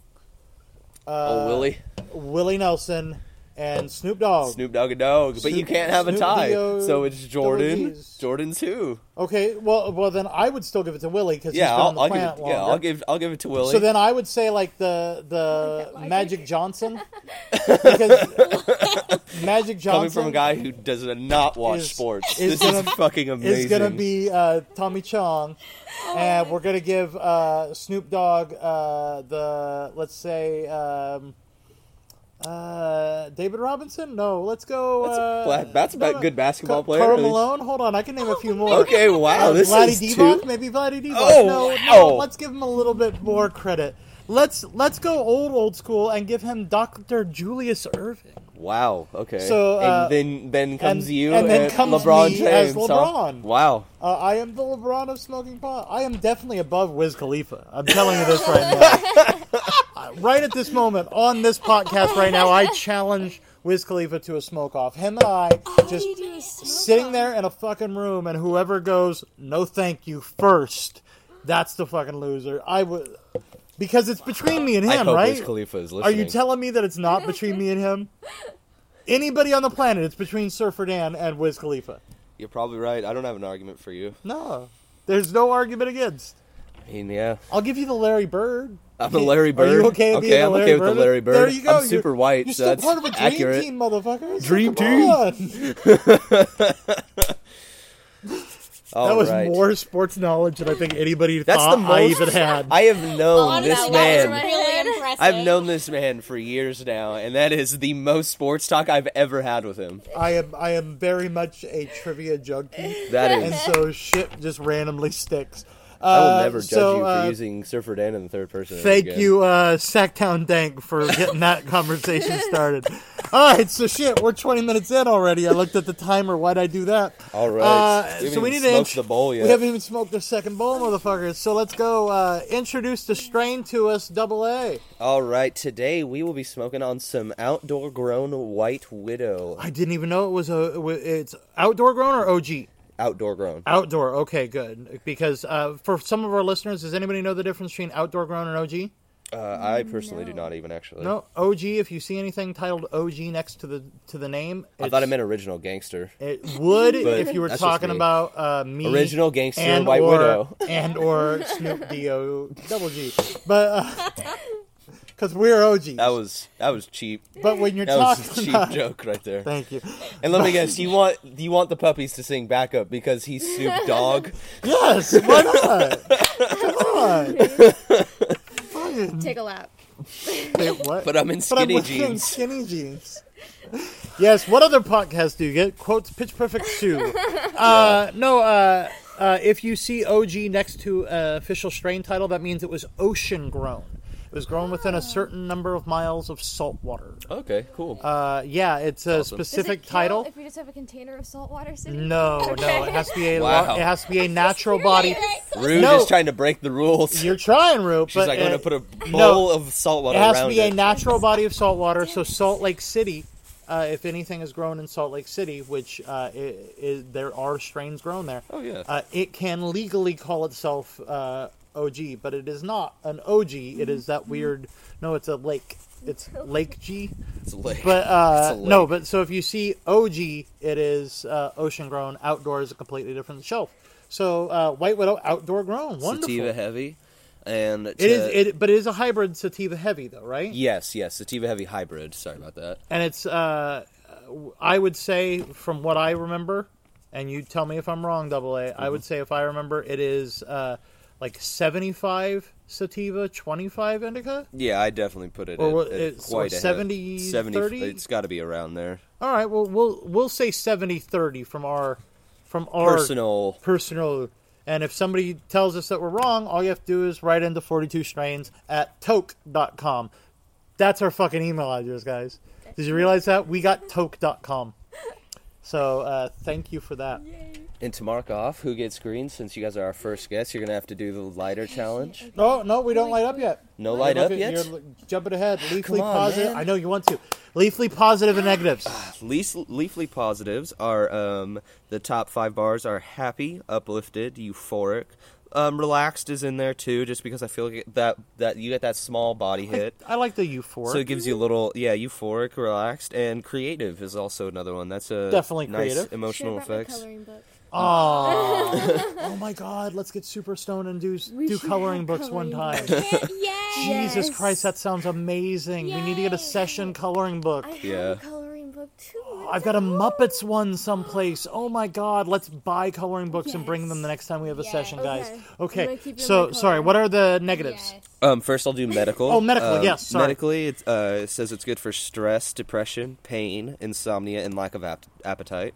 [SPEAKER 4] uh,
[SPEAKER 5] oh, Willie,
[SPEAKER 4] Willie Nelson, and Snoop Dogg.
[SPEAKER 5] Snoop Dogg, and Dogg. But you
[SPEAKER 4] oh. Snoop-
[SPEAKER 5] can't have a
[SPEAKER 4] Snoop
[SPEAKER 5] tie,
[SPEAKER 4] Dio-
[SPEAKER 5] so it's Jordan.
[SPEAKER 4] Doggies.
[SPEAKER 5] Jordan's who?
[SPEAKER 4] Okay, well, well then I would still give it to Willie because
[SPEAKER 5] Yeah,
[SPEAKER 4] he's been
[SPEAKER 5] I'll,
[SPEAKER 4] on the
[SPEAKER 5] I'll give.
[SPEAKER 4] planet
[SPEAKER 5] It, yeah,
[SPEAKER 4] longer.
[SPEAKER 5] I'll give. I'll give it to Willie.
[SPEAKER 4] So then I would say like the the
[SPEAKER 6] that logic.
[SPEAKER 4] Magic Johnson because Magic Johnson
[SPEAKER 5] coming from a guy who does not watch
[SPEAKER 4] is-
[SPEAKER 5] sports.
[SPEAKER 4] is
[SPEAKER 5] this is
[SPEAKER 4] gonna-
[SPEAKER 5] fucking amazing.
[SPEAKER 4] is gonna be uh, Tommy Chong, and we're gonna give uh, Snoop Dogg uh, the let's say um, uh, David Robinson. No, let's go.
[SPEAKER 5] That's a
[SPEAKER 4] uh,
[SPEAKER 5] black- that's a ba- good basketball player,
[SPEAKER 4] Carl
[SPEAKER 5] really.
[SPEAKER 4] Malone. Hold on, I can name a few more.
[SPEAKER 5] Okay, wow,
[SPEAKER 4] Uh,
[SPEAKER 5] this
[SPEAKER 4] Vlade
[SPEAKER 5] is
[SPEAKER 4] Divac,
[SPEAKER 5] too.
[SPEAKER 4] maybe Vladdy Divac.
[SPEAKER 5] Oh,
[SPEAKER 4] no,
[SPEAKER 5] wow.
[SPEAKER 4] no, let's give him a little bit more credit. Let's let's go old old school and give him Doctor Julius Irving.
[SPEAKER 5] Wow. Okay.
[SPEAKER 4] So, uh,
[SPEAKER 5] and then then comes
[SPEAKER 4] and-
[SPEAKER 5] you
[SPEAKER 4] and then
[SPEAKER 5] and
[SPEAKER 4] comes
[SPEAKER 5] LeBron
[SPEAKER 4] me
[SPEAKER 5] James.
[SPEAKER 4] as
[SPEAKER 5] huh?
[SPEAKER 4] LeBron.
[SPEAKER 5] Wow.
[SPEAKER 4] Uh, I am the LeBron of smoking pot. I am definitely above Wiz Khalifa. I'm telling you this right now. Uh, right at this moment on this podcast right now, I challenge Wiz Khalifa to a smoke off. Him and I just sitting there in a fucking room, and whoever goes no thank you first, that's the fucking loser. I would because it's between me and
[SPEAKER 5] I
[SPEAKER 4] him,
[SPEAKER 5] hope
[SPEAKER 4] right?
[SPEAKER 5] Wiz Khalifa is
[SPEAKER 4] Are
[SPEAKER 5] listening.
[SPEAKER 4] you telling me that it's not between me and him? Anybody on the planet, it's between Surfer Dan and Wiz Khalifa.
[SPEAKER 5] You're probably right. I don't have an argument for you.
[SPEAKER 4] No. There's no argument against.
[SPEAKER 5] I mean, yeah.
[SPEAKER 4] I'll give you the Larry Bird.
[SPEAKER 5] I'm a Larry Bird.
[SPEAKER 4] Are you okay with
[SPEAKER 5] Okay,
[SPEAKER 4] being
[SPEAKER 5] I'm
[SPEAKER 4] a Larry
[SPEAKER 5] okay
[SPEAKER 4] Bird?
[SPEAKER 5] with the Larry Bird.
[SPEAKER 4] There you go.
[SPEAKER 5] I'm
[SPEAKER 4] You're-
[SPEAKER 5] super white,
[SPEAKER 4] You're
[SPEAKER 5] so
[SPEAKER 4] still
[SPEAKER 5] that's
[SPEAKER 4] part of a dream
[SPEAKER 5] accurate.
[SPEAKER 4] team, motherfucker. So
[SPEAKER 5] Dream
[SPEAKER 4] come
[SPEAKER 5] team.
[SPEAKER 4] on. That was
[SPEAKER 5] Alright.
[SPEAKER 4] more sports knowledge than I think anybody
[SPEAKER 5] That's
[SPEAKER 4] thought
[SPEAKER 5] the
[SPEAKER 4] I
[SPEAKER 5] most-
[SPEAKER 4] even had.
[SPEAKER 5] I have known
[SPEAKER 6] Honestly,
[SPEAKER 5] this
[SPEAKER 6] Oh, that
[SPEAKER 5] man.
[SPEAKER 6] was right.
[SPEAKER 7] Really impressive.
[SPEAKER 5] I've known this man for years now, and that is the most sports talk I've ever had with him.
[SPEAKER 4] I am I am very much a trivia junkie,
[SPEAKER 5] That
[SPEAKER 4] and
[SPEAKER 5] is.
[SPEAKER 4] so shit just randomly sticks. Uh,
[SPEAKER 5] I will never judge
[SPEAKER 4] so,
[SPEAKER 5] you for
[SPEAKER 4] uh,
[SPEAKER 5] using Surfer Dan in the third person. ever
[SPEAKER 4] Thank
[SPEAKER 5] again.
[SPEAKER 4] you, uh, Sacktown Dank, for getting that conversation started. All right, so shit, we're 20 minutes in already. I looked at the timer. Why'd I do that?
[SPEAKER 5] All right.
[SPEAKER 4] Uh,
[SPEAKER 5] We haven't
[SPEAKER 4] so we
[SPEAKER 5] even
[SPEAKER 4] need to
[SPEAKER 5] smoked
[SPEAKER 4] int-
[SPEAKER 5] the bowl yet.
[SPEAKER 4] We haven't even smoked the second bowl, motherfuckers. So let's go uh, introduce the strain to us, double A.
[SPEAKER 5] All right, today we will be smoking on some outdoor grown white widow.
[SPEAKER 4] I didn't even know it was a. it wa- It's outdoor grown or OG?
[SPEAKER 5] Outdoor grown.
[SPEAKER 4] Outdoor. Okay, good. Because uh, for some of our listeners, does anybody know the difference between outdoor grown and OG?
[SPEAKER 5] Uh, I personally do not even actually.
[SPEAKER 4] No, OG. If you see anything titled OG next to the to the name,
[SPEAKER 5] I
[SPEAKER 4] it's-
[SPEAKER 5] thought I meant original gangster.
[SPEAKER 4] It would
[SPEAKER 5] But
[SPEAKER 4] if you were
[SPEAKER 5] that's just
[SPEAKER 4] talking
[SPEAKER 5] me.
[SPEAKER 4] about uh, me,
[SPEAKER 5] Original gangster
[SPEAKER 4] and
[SPEAKER 5] White
[SPEAKER 4] or,
[SPEAKER 5] Widow.
[SPEAKER 4] and or Snoop D-O double G, but because we're OGs.
[SPEAKER 5] That was that was cheap.
[SPEAKER 4] but when you're
[SPEAKER 5] That was a
[SPEAKER 4] talking,
[SPEAKER 5] cheap
[SPEAKER 4] about,
[SPEAKER 5] joke right there.
[SPEAKER 4] thank you.
[SPEAKER 5] And let me guess, you want you want the puppies to sing backup because he's Snoop Dogg.
[SPEAKER 4] Yes, why not? Come on.
[SPEAKER 6] Take a lap.
[SPEAKER 4] Wait, what?
[SPEAKER 5] But I'm in
[SPEAKER 4] But I'm
[SPEAKER 5] skinny
[SPEAKER 4] wearing
[SPEAKER 5] jeans.
[SPEAKER 4] Skinny jeans. Yes. What other podcast do you get? Quotes Pitch Perfect two. Uh, no. Uh, uh, if you see OG next to uh, official strain title, that means it was ocean grown. It was grown within a certain number of miles of salt water.
[SPEAKER 5] Okay, cool.
[SPEAKER 4] Uh, yeah, it's a
[SPEAKER 6] Does it
[SPEAKER 4] specific
[SPEAKER 6] kill
[SPEAKER 4] title.
[SPEAKER 6] If we just have a container of salt water sitting.
[SPEAKER 4] No, no, it has to be a
[SPEAKER 5] Wow.
[SPEAKER 4] it has to be a natural body.
[SPEAKER 5] Rue
[SPEAKER 4] No.
[SPEAKER 5] just trying to break the rules.
[SPEAKER 4] You're trying, Rube.
[SPEAKER 5] She's
[SPEAKER 4] but
[SPEAKER 5] like, I'm
[SPEAKER 4] uh,
[SPEAKER 5] gonna put a bowl
[SPEAKER 4] no.
[SPEAKER 5] of salt water
[SPEAKER 4] It has to
[SPEAKER 5] around
[SPEAKER 4] be a
[SPEAKER 5] it.
[SPEAKER 4] natural body of salt water. So Salt Lake City, uh, if anything is grown in Salt Lake City, which uh, i i there are strains grown there,
[SPEAKER 5] oh yeah.
[SPEAKER 4] uh, it can legally call itself uh, OG, but it is not an OG. It is that weird. No, it's a lake. Mm-hmm. It's Lake G.
[SPEAKER 5] it's late.
[SPEAKER 4] But uh,
[SPEAKER 5] It's a
[SPEAKER 4] no,
[SPEAKER 5] lake.
[SPEAKER 4] but so if you see OG, it is uh, ocean grown. Outdoor is a completely different shelf. So uh, White Widow outdoor grown, wonderful.
[SPEAKER 5] sativa heavy. And uh, to,
[SPEAKER 4] It is, it, but it is a hybrid sativa heavy though, right?
[SPEAKER 5] Yes, yes, sativa heavy hybrid. Sorry about that.
[SPEAKER 4] and it's uh, I would say from what I remember, and you tell me if I'm wrong, double A. I would say if I remember, it is uh, like 75 sativa, 25 indica.
[SPEAKER 5] Yeah, I definitely put it
[SPEAKER 4] Or
[SPEAKER 5] at,
[SPEAKER 4] what-
[SPEAKER 5] at
[SPEAKER 4] it's
[SPEAKER 5] quite
[SPEAKER 4] what,
[SPEAKER 5] a
[SPEAKER 4] 70, 30?
[SPEAKER 5] It's got to be around there.
[SPEAKER 4] All right, well we'll we'll say 70 30 from our from our
[SPEAKER 5] Personal.
[SPEAKER 4] personal. And if somebody tells us that we're wrong, all you have to do is write into 42 strains at toke.com. That's our fucking email address, guys. Did you realize that? We got toke.com. So uh, thank you for that.
[SPEAKER 5] And to mark off who gets green, since you guys are our first guests, you're gonna have to do the lighter challenge.
[SPEAKER 4] No, no, we don't light up yet.
[SPEAKER 5] No light
[SPEAKER 4] Look
[SPEAKER 5] up
[SPEAKER 4] at-
[SPEAKER 5] yet.
[SPEAKER 4] You're l- jumping ahead. Leafly
[SPEAKER 5] Come on,
[SPEAKER 4] positive.
[SPEAKER 5] man.
[SPEAKER 4] I know you want to. Leafly positive and negatives.
[SPEAKER 5] Least leafly positives are um, the top five bars are happy, uplifted, euphoric. Um, relaxed is in there too, just because I feel like that that you get that small body hit.
[SPEAKER 4] I like the euphoric.
[SPEAKER 5] So it gives you a little, yeah, euphoric, relaxed, and creative is also another one. That's a
[SPEAKER 4] Definitely
[SPEAKER 5] nice
[SPEAKER 4] creative.
[SPEAKER 5] emotional
[SPEAKER 6] Should've brought my
[SPEAKER 5] effects.
[SPEAKER 6] coloring book.
[SPEAKER 4] Aw. oh my god, let's get super stoned and do, do
[SPEAKER 6] should
[SPEAKER 4] coloring
[SPEAKER 6] have
[SPEAKER 4] books one time.
[SPEAKER 6] coloring
[SPEAKER 7] Yay!
[SPEAKER 4] Jesus
[SPEAKER 6] Yes.
[SPEAKER 4] Christ, that sounds amazing. We need to get a
[SPEAKER 6] Yay.
[SPEAKER 4] session coloring book.
[SPEAKER 6] I have
[SPEAKER 5] Yeah.
[SPEAKER 6] a coloring book too.
[SPEAKER 4] I've got a Muppets one someplace. Oh my God! Let's buy coloring books and bring them the
[SPEAKER 6] Yes.
[SPEAKER 4] next time we have a
[SPEAKER 7] Yes.
[SPEAKER 4] session, guys.
[SPEAKER 6] Okay. I'm
[SPEAKER 4] Okay.
[SPEAKER 6] gonna keep it in
[SPEAKER 4] So
[SPEAKER 6] my
[SPEAKER 4] sorry.
[SPEAKER 6] car.
[SPEAKER 4] What are the negatives?
[SPEAKER 7] Yes.
[SPEAKER 5] Um, first, I'll do medical.
[SPEAKER 4] Oh, medical,
[SPEAKER 5] Um,
[SPEAKER 4] yes, sorry.
[SPEAKER 5] Medically, it, uh, it says it's good for stress, depression, pain, insomnia, and lack of ap- appetite.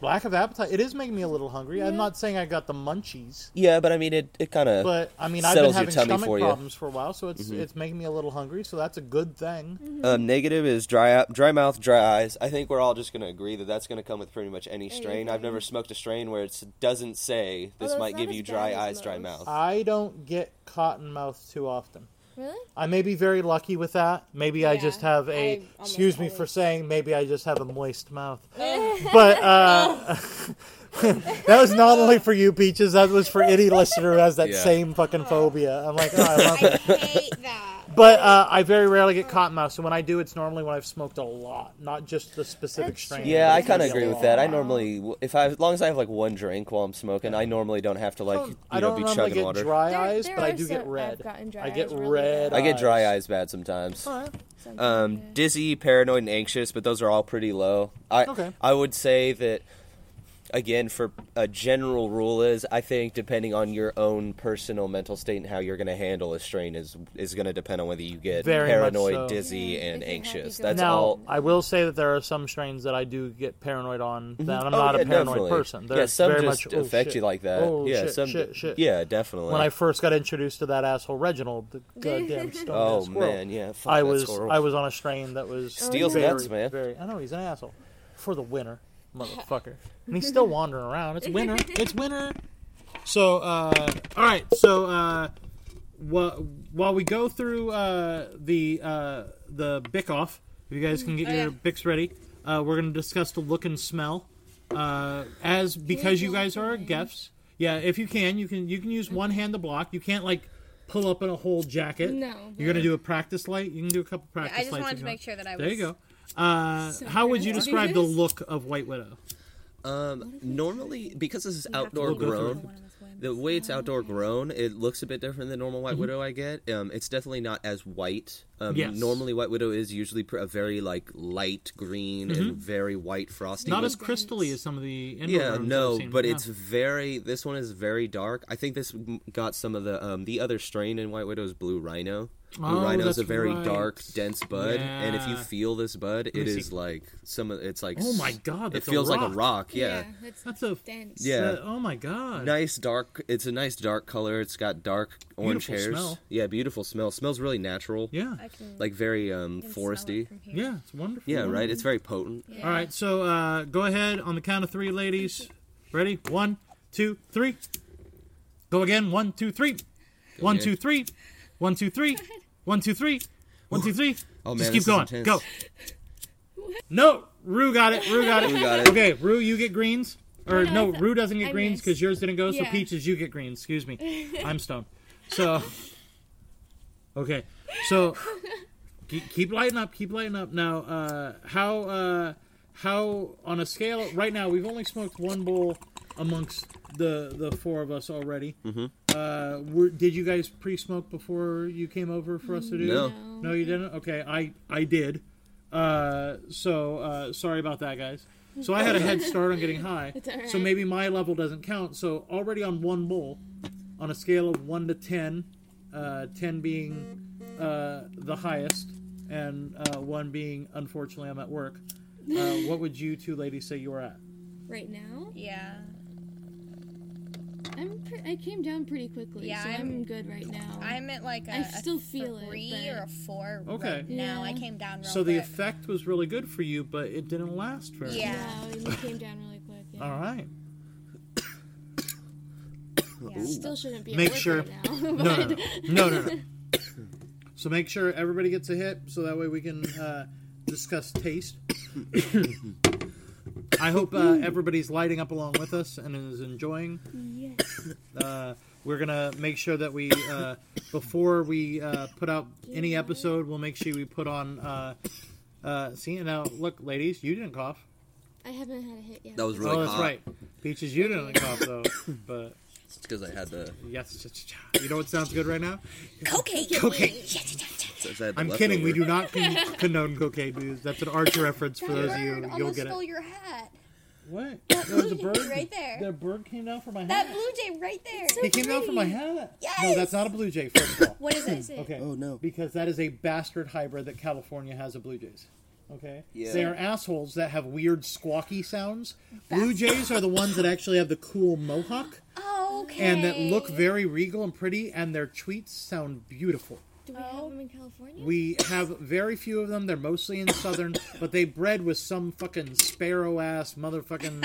[SPEAKER 4] Lack of appetite. It is making me a little hungry. I'm not saying I got the munchies,
[SPEAKER 5] Yeah, but I mean, it, it kind of.
[SPEAKER 4] but I mean I've been
[SPEAKER 5] Uh, Settles your
[SPEAKER 4] having
[SPEAKER 5] tummy
[SPEAKER 4] stomach
[SPEAKER 5] for you. Mm-hmm.
[SPEAKER 4] problems for a while, so it's it's making me a little hungry. So that's a good thing.
[SPEAKER 7] Mm.
[SPEAKER 5] Um, negative is dry dry mouth, dry eyes. I think we're all just going to agree that that's going to come with pretty much any strain. I've never smoked a strain where it doesn't say
[SPEAKER 6] Although
[SPEAKER 5] this
[SPEAKER 6] it's
[SPEAKER 5] might
[SPEAKER 6] not
[SPEAKER 5] give
[SPEAKER 6] as
[SPEAKER 5] you
[SPEAKER 6] bad
[SPEAKER 5] dry
[SPEAKER 6] as
[SPEAKER 5] eyes, dry
[SPEAKER 6] most.
[SPEAKER 5] mouth.
[SPEAKER 4] I don't get cotton mouth too often.
[SPEAKER 6] Really?
[SPEAKER 4] I may be very lucky with that. Maybe I just
[SPEAKER 7] Yeah,
[SPEAKER 4] have
[SPEAKER 7] I
[SPEAKER 4] a
[SPEAKER 7] almost
[SPEAKER 4] excuse me for
[SPEAKER 7] always-
[SPEAKER 4] saying maybe I just have a moist mouth. but uh, that was not only for you, Peaches. That was for any listener who has that
[SPEAKER 1] Yeah.
[SPEAKER 4] same fucking phobia. I'm like, oh, I love it.
[SPEAKER 7] I hate that.
[SPEAKER 4] But uh, I very rarely get cottonmouth. So when I do, it's normally when I've smoked a lot, not just the specific
[SPEAKER 6] That's
[SPEAKER 4] strain.
[SPEAKER 5] yeah,
[SPEAKER 4] but
[SPEAKER 5] I
[SPEAKER 4] it's
[SPEAKER 5] kind
[SPEAKER 4] gonna be
[SPEAKER 5] of
[SPEAKER 4] a
[SPEAKER 5] agree with
[SPEAKER 4] lot.
[SPEAKER 5] that. I normally, if I as long as I have like one drink while I'm smoking, I normally don't have to like
[SPEAKER 4] I
[SPEAKER 5] you
[SPEAKER 4] don't, I
[SPEAKER 5] know
[SPEAKER 4] don't
[SPEAKER 5] be
[SPEAKER 4] normally
[SPEAKER 5] chugging
[SPEAKER 4] get
[SPEAKER 5] water.
[SPEAKER 4] dry
[SPEAKER 6] There-
[SPEAKER 4] eyes,
[SPEAKER 6] there
[SPEAKER 4] but I
[SPEAKER 6] are
[SPEAKER 4] do get
[SPEAKER 6] some-
[SPEAKER 4] red.
[SPEAKER 6] I've gotten dry
[SPEAKER 4] I get
[SPEAKER 6] eyes really
[SPEAKER 4] red.
[SPEAKER 6] bad.
[SPEAKER 5] I get dry
[SPEAKER 4] eyes.
[SPEAKER 5] eyes bad sometimes.
[SPEAKER 4] All right.
[SPEAKER 5] Um,
[SPEAKER 6] Sometimes, yeah.
[SPEAKER 5] dizzy, paranoid, and anxious, but those are all pretty low. I
[SPEAKER 4] Okay.
[SPEAKER 5] I would say that again, for a general rule is I think depending on your own personal mental state and how you're going to handle a strain is is going to depend on whether you get
[SPEAKER 4] Very much
[SPEAKER 5] paranoid,
[SPEAKER 4] so.
[SPEAKER 5] dizzy,
[SPEAKER 6] Yeah,
[SPEAKER 5] and
[SPEAKER 6] if you're
[SPEAKER 5] anxious.
[SPEAKER 6] happy-go-lucky.
[SPEAKER 5] That's
[SPEAKER 4] now,
[SPEAKER 5] all.
[SPEAKER 4] I will say that there are some strains that I do get paranoid on. That I'm
[SPEAKER 5] Oh,
[SPEAKER 4] not
[SPEAKER 5] yeah,
[SPEAKER 4] a paranoid
[SPEAKER 5] definitely.
[SPEAKER 4] person. They're
[SPEAKER 5] yeah, some
[SPEAKER 4] very
[SPEAKER 5] just
[SPEAKER 4] much, "Oh,
[SPEAKER 5] affect
[SPEAKER 4] shit.
[SPEAKER 5] you like that.
[SPEAKER 4] Oh,
[SPEAKER 5] yeah,
[SPEAKER 4] shit,
[SPEAKER 5] some.
[SPEAKER 4] shit, shit.
[SPEAKER 5] Yeah, definitely.
[SPEAKER 4] When I first got introduced to that asshole Reginald, the goddamn stone
[SPEAKER 5] oh
[SPEAKER 4] ass squirrel,
[SPEAKER 5] man, yeah. Fuck,
[SPEAKER 4] I
[SPEAKER 5] that's
[SPEAKER 4] was
[SPEAKER 5] horrible.
[SPEAKER 4] I was on a strain that was
[SPEAKER 5] Steals
[SPEAKER 4] very,
[SPEAKER 5] nuts, man.
[SPEAKER 4] Very, I know he's an asshole for the winter, motherfucker, and he's still wandering around. It's winter. It's winter. So, uh, all right. So, uh, wh- while we go through uh, the uh, the bick off, if you guys can
[SPEAKER 5] Oh,
[SPEAKER 4] get your bics ready, uh, we're gonna discuss the look and smell. Uh, as because you guys are guests, yeah. If you can, you can you can use one hand to block. You can't like pull up in a whole jacket.
[SPEAKER 6] No,
[SPEAKER 4] You're gonna do a practice light. You can do a couple practice
[SPEAKER 7] I just
[SPEAKER 4] lights.
[SPEAKER 7] wanted
[SPEAKER 4] if
[SPEAKER 7] to
[SPEAKER 4] you
[SPEAKER 7] make
[SPEAKER 4] want.
[SPEAKER 7] sure that I was.
[SPEAKER 4] There you go. Uh,
[SPEAKER 6] So
[SPEAKER 4] how would you
[SPEAKER 6] we're gonna do
[SPEAKER 4] describe the
[SPEAKER 6] this?
[SPEAKER 4] look of White Widow?
[SPEAKER 5] Um, normally, because this is outdoor
[SPEAKER 4] We'll go through
[SPEAKER 5] grown, the way it's outdoor grown, it looks a bit different than normal White Widow. I get. Um, it's definitely not as white. Um,
[SPEAKER 4] Mm-hmm. Yes.
[SPEAKER 5] Normally, White Widow is usually pr- a very like light green and very white frosty.
[SPEAKER 4] Mm-hmm. Not
[SPEAKER 5] with-
[SPEAKER 4] as crystally as some of the indoor
[SPEAKER 5] yeah,
[SPEAKER 4] rooms I've
[SPEAKER 5] no,
[SPEAKER 4] seen.
[SPEAKER 5] but
[SPEAKER 4] Yeah.
[SPEAKER 5] it's very. This one is very dark. I think this m- got some of the um, the other strain in White Widow's Blue Rhino. Blue
[SPEAKER 4] Oh,
[SPEAKER 5] Rhino is
[SPEAKER 4] that's
[SPEAKER 5] a very
[SPEAKER 4] right.
[SPEAKER 5] dark, dense bud, and if you
[SPEAKER 4] Yeah.
[SPEAKER 5] feel this bud, it
[SPEAKER 4] me
[SPEAKER 5] is
[SPEAKER 4] see.
[SPEAKER 5] like some. of It's like
[SPEAKER 4] Oh my
[SPEAKER 5] s-
[SPEAKER 4] God,
[SPEAKER 5] it
[SPEAKER 4] that's a
[SPEAKER 5] feels like a
[SPEAKER 4] rock.
[SPEAKER 5] rock. yeah.
[SPEAKER 6] that's,
[SPEAKER 4] that's a
[SPEAKER 6] dense.
[SPEAKER 5] Yeah.
[SPEAKER 4] Uh, oh my god.
[SPEAKER 5] nice dark it's a nice dark color it's got dark orange
[SPEAKER 4] Beautiful
[SPEAKER 5] hairs
[SPEAKER 4] smell.
[SPEAKER 5] yeah beautiful smell smells really natural
[SPEAKER 4] Yeah.
[SPEAKER 7] I can,
[SPEAKER 5] like very um
[SPEAKER 7] can smell Mm-hmm. it
[SPEAKER 5] foresty
[SPEAKER 7] from here.
[SPEAKER 4] Yeah, it's wonderful.
[SPEAKER 5] yeah
[SPEAKER 4] wonderful.
[SPEAKER 5] right it's very potent
[SPEAKER 4] All right, so uh, go ahead on the count of three, ladies. Ready? One, two, three. Go again. One, two, three. One,
[SPEAKER 5] again.
[SPEAKER 4] two, three. One, two, three. One, two, three. One, two, three.
[SPEAKER 5] Oh,
[SPEAKER 4] Just
[SPEAKER 5] man, this
[SPEAKER 4] keep
[SPEAKER 5] is
[SPEAKER 4] going.
[SPEAKER 5] intense.
[SPEAKER 4] Go. No, Rue got it. Rue got it.
[SPEAKER 5] you got it
[SPEAKER 4] Okay, Rue, you get greens. Or
[SPEAKER 6] No, I
[SPEAKER 4] no,
[SPEAKER 6] thought-
[SPEAKER 4] Rue doesn't get
[SPEAKER 6] I
[SPEAKER 4] greens
[SPEAKER 6] missed.
[SPEAKER 4] because yours didn't go. So
[SPEAKER 6] Yeah.
[SPEAKER 4] peaches, you get greens. Excuse me, I'm stoned. So, okay, so keep, keep lighting up, keep lighting up. Now, uh, how uh, how on a scale right now? We've only smoked one bowl amongst the the four of us already. Mm-hmm. Uh, were, did you guys pre-smoke before you came over for us to do?
[SPEAKER 5] No.
[SPEAKER 4] No, you didn't. Okay, I I did. Uh, so uh, sorry about that, guys. So I had a head start on getting high.
[SPEAKER 6] It's all right.
[SPEAKER 4] So maybe my level doesn't count. So already on one bowl, on a scale of one to ten, uh, ten being uh, the highest, and uh, one being unfortunately I'm at work. Uh, what would you two ladies say you were at?
[SPEAKER 6] Right now,
[SPEAKER 7] Yeah.
[SPEAKER 6] I'm pre- I came down pretty quickly,
[SPEAKER 7] Yeah,
[SPEAKER 6] so I'm,
[SPEAKER 7] I'm-
[SPEAKER 6] good right now.
[SPEAKER 7] I'm at like a
[SPEAKER 6] I still
[SPEAKER 7] a
[SPEAKER 6] feel it,
[SPEAKER 7] three
[SPEAKER 6] but-
[SPEAKER 7] or a four
[SPEAKER 4] Okay.
[SPEAKER 7] right now. I
[SPEAKER 6] Yeah.
[SPEAKER 7] came down real
[SPEAKER 4] So the
[SPEAKER 7] quick.
[SPEAKER 4] effect was really good for you, but it didn't last very.
[SPEAKER 7] Yeah.
[SPEAKER 6] Wow, and you came down really quick. Yeah.
[SPEAKER 4] Long. All right.
[SPEAKER 7] Yeah.
[SPEAKER 6] Still shouldn't be at
[SPEAKER 4] Make
[SPEAKER 6] work
[SPEAKER 4] sure-
[SPEAKER 6] right now.
[SPEAKER 4] No, no, no, no, no. no. so make sure everybody gets a hit, so that way we can uh, discuss taste. I hope uh, everybody's lighting up along with us and is enjoying. Uh, we're gonna make sure that we, uh, before we uh, put out any episode, we'll make sure we put on. Uh, uh, see now, look, ladies, you didn't cough.
[SPEAKER 6] I haven't had a hit yet.
[SPEAKER 5] that was really
[SPEAKER 4] Oh, that's
[SPEAKER 5] hot
[SPEAKER 4] right, peaches, you didn't cough though. But
[SPEAKER 5] because i had the,
[SPEAKER 4] yes, you know what sounds good right now?
[SPEAKER 7] Okay.
[SPEAKER 4] Cocaine.
[SPEAKER 5] I had the
[SPEAKER 4] I'm kidding. We do
[SPEAKER 5] leftover.
[SPEAKER 4] not con- condone cocaine booze. That's an Archer reference for those of you.
[SPEAKER 7] Bird
[SPEAKER 4] You'll
[SPEAKER 7] almost
[SPEAKER 4] get
[SPEAKER 7] stole
[SPEAKER 4] it.
[SPEAKER 7] your hat.
[SPEAKER 4] What? There was a
[SPEAKER 7] blue
[SPEAKER 4] bird
[SPEAKER 7] right there.
[SPEAKER 4] The bird came down from my
[SPEAKER 7] That
[SPEAKER 4] hat.
[SPEAKER 7] blue jay right there.
[SPEAKER 4] He came down from my hat. No,
[SPEAKER 7] Yes!
[SPEAKER 4] that's not a blue jay. First of all,
[SPEAKER 7] what is it?
[SPEAKER 4] okay.
[SPEAKER 5] oh no
[SPEAKER 4] Because that is a bastard hybrid that California has of blue jays. Okay.
[SPEAKER 5] Yeah.
[SPEAKER 4] They are assholes that have weird squawky sounds. Blue jays are the ones that actually have the cool mohawk
[SPEAKER 8] Oh, okay.
[SPEAKER 4] and that look very regal and pretty, and their tweets sound beautiful.
[SPEAKER 6] Do we
[SPEAKER 7] Oh.
[SPEAKER 6] have them in California?
[SPEAKER 4] We have very few of them. They're mostly in southern, but they bred with some fucking sparrow ass motherfucking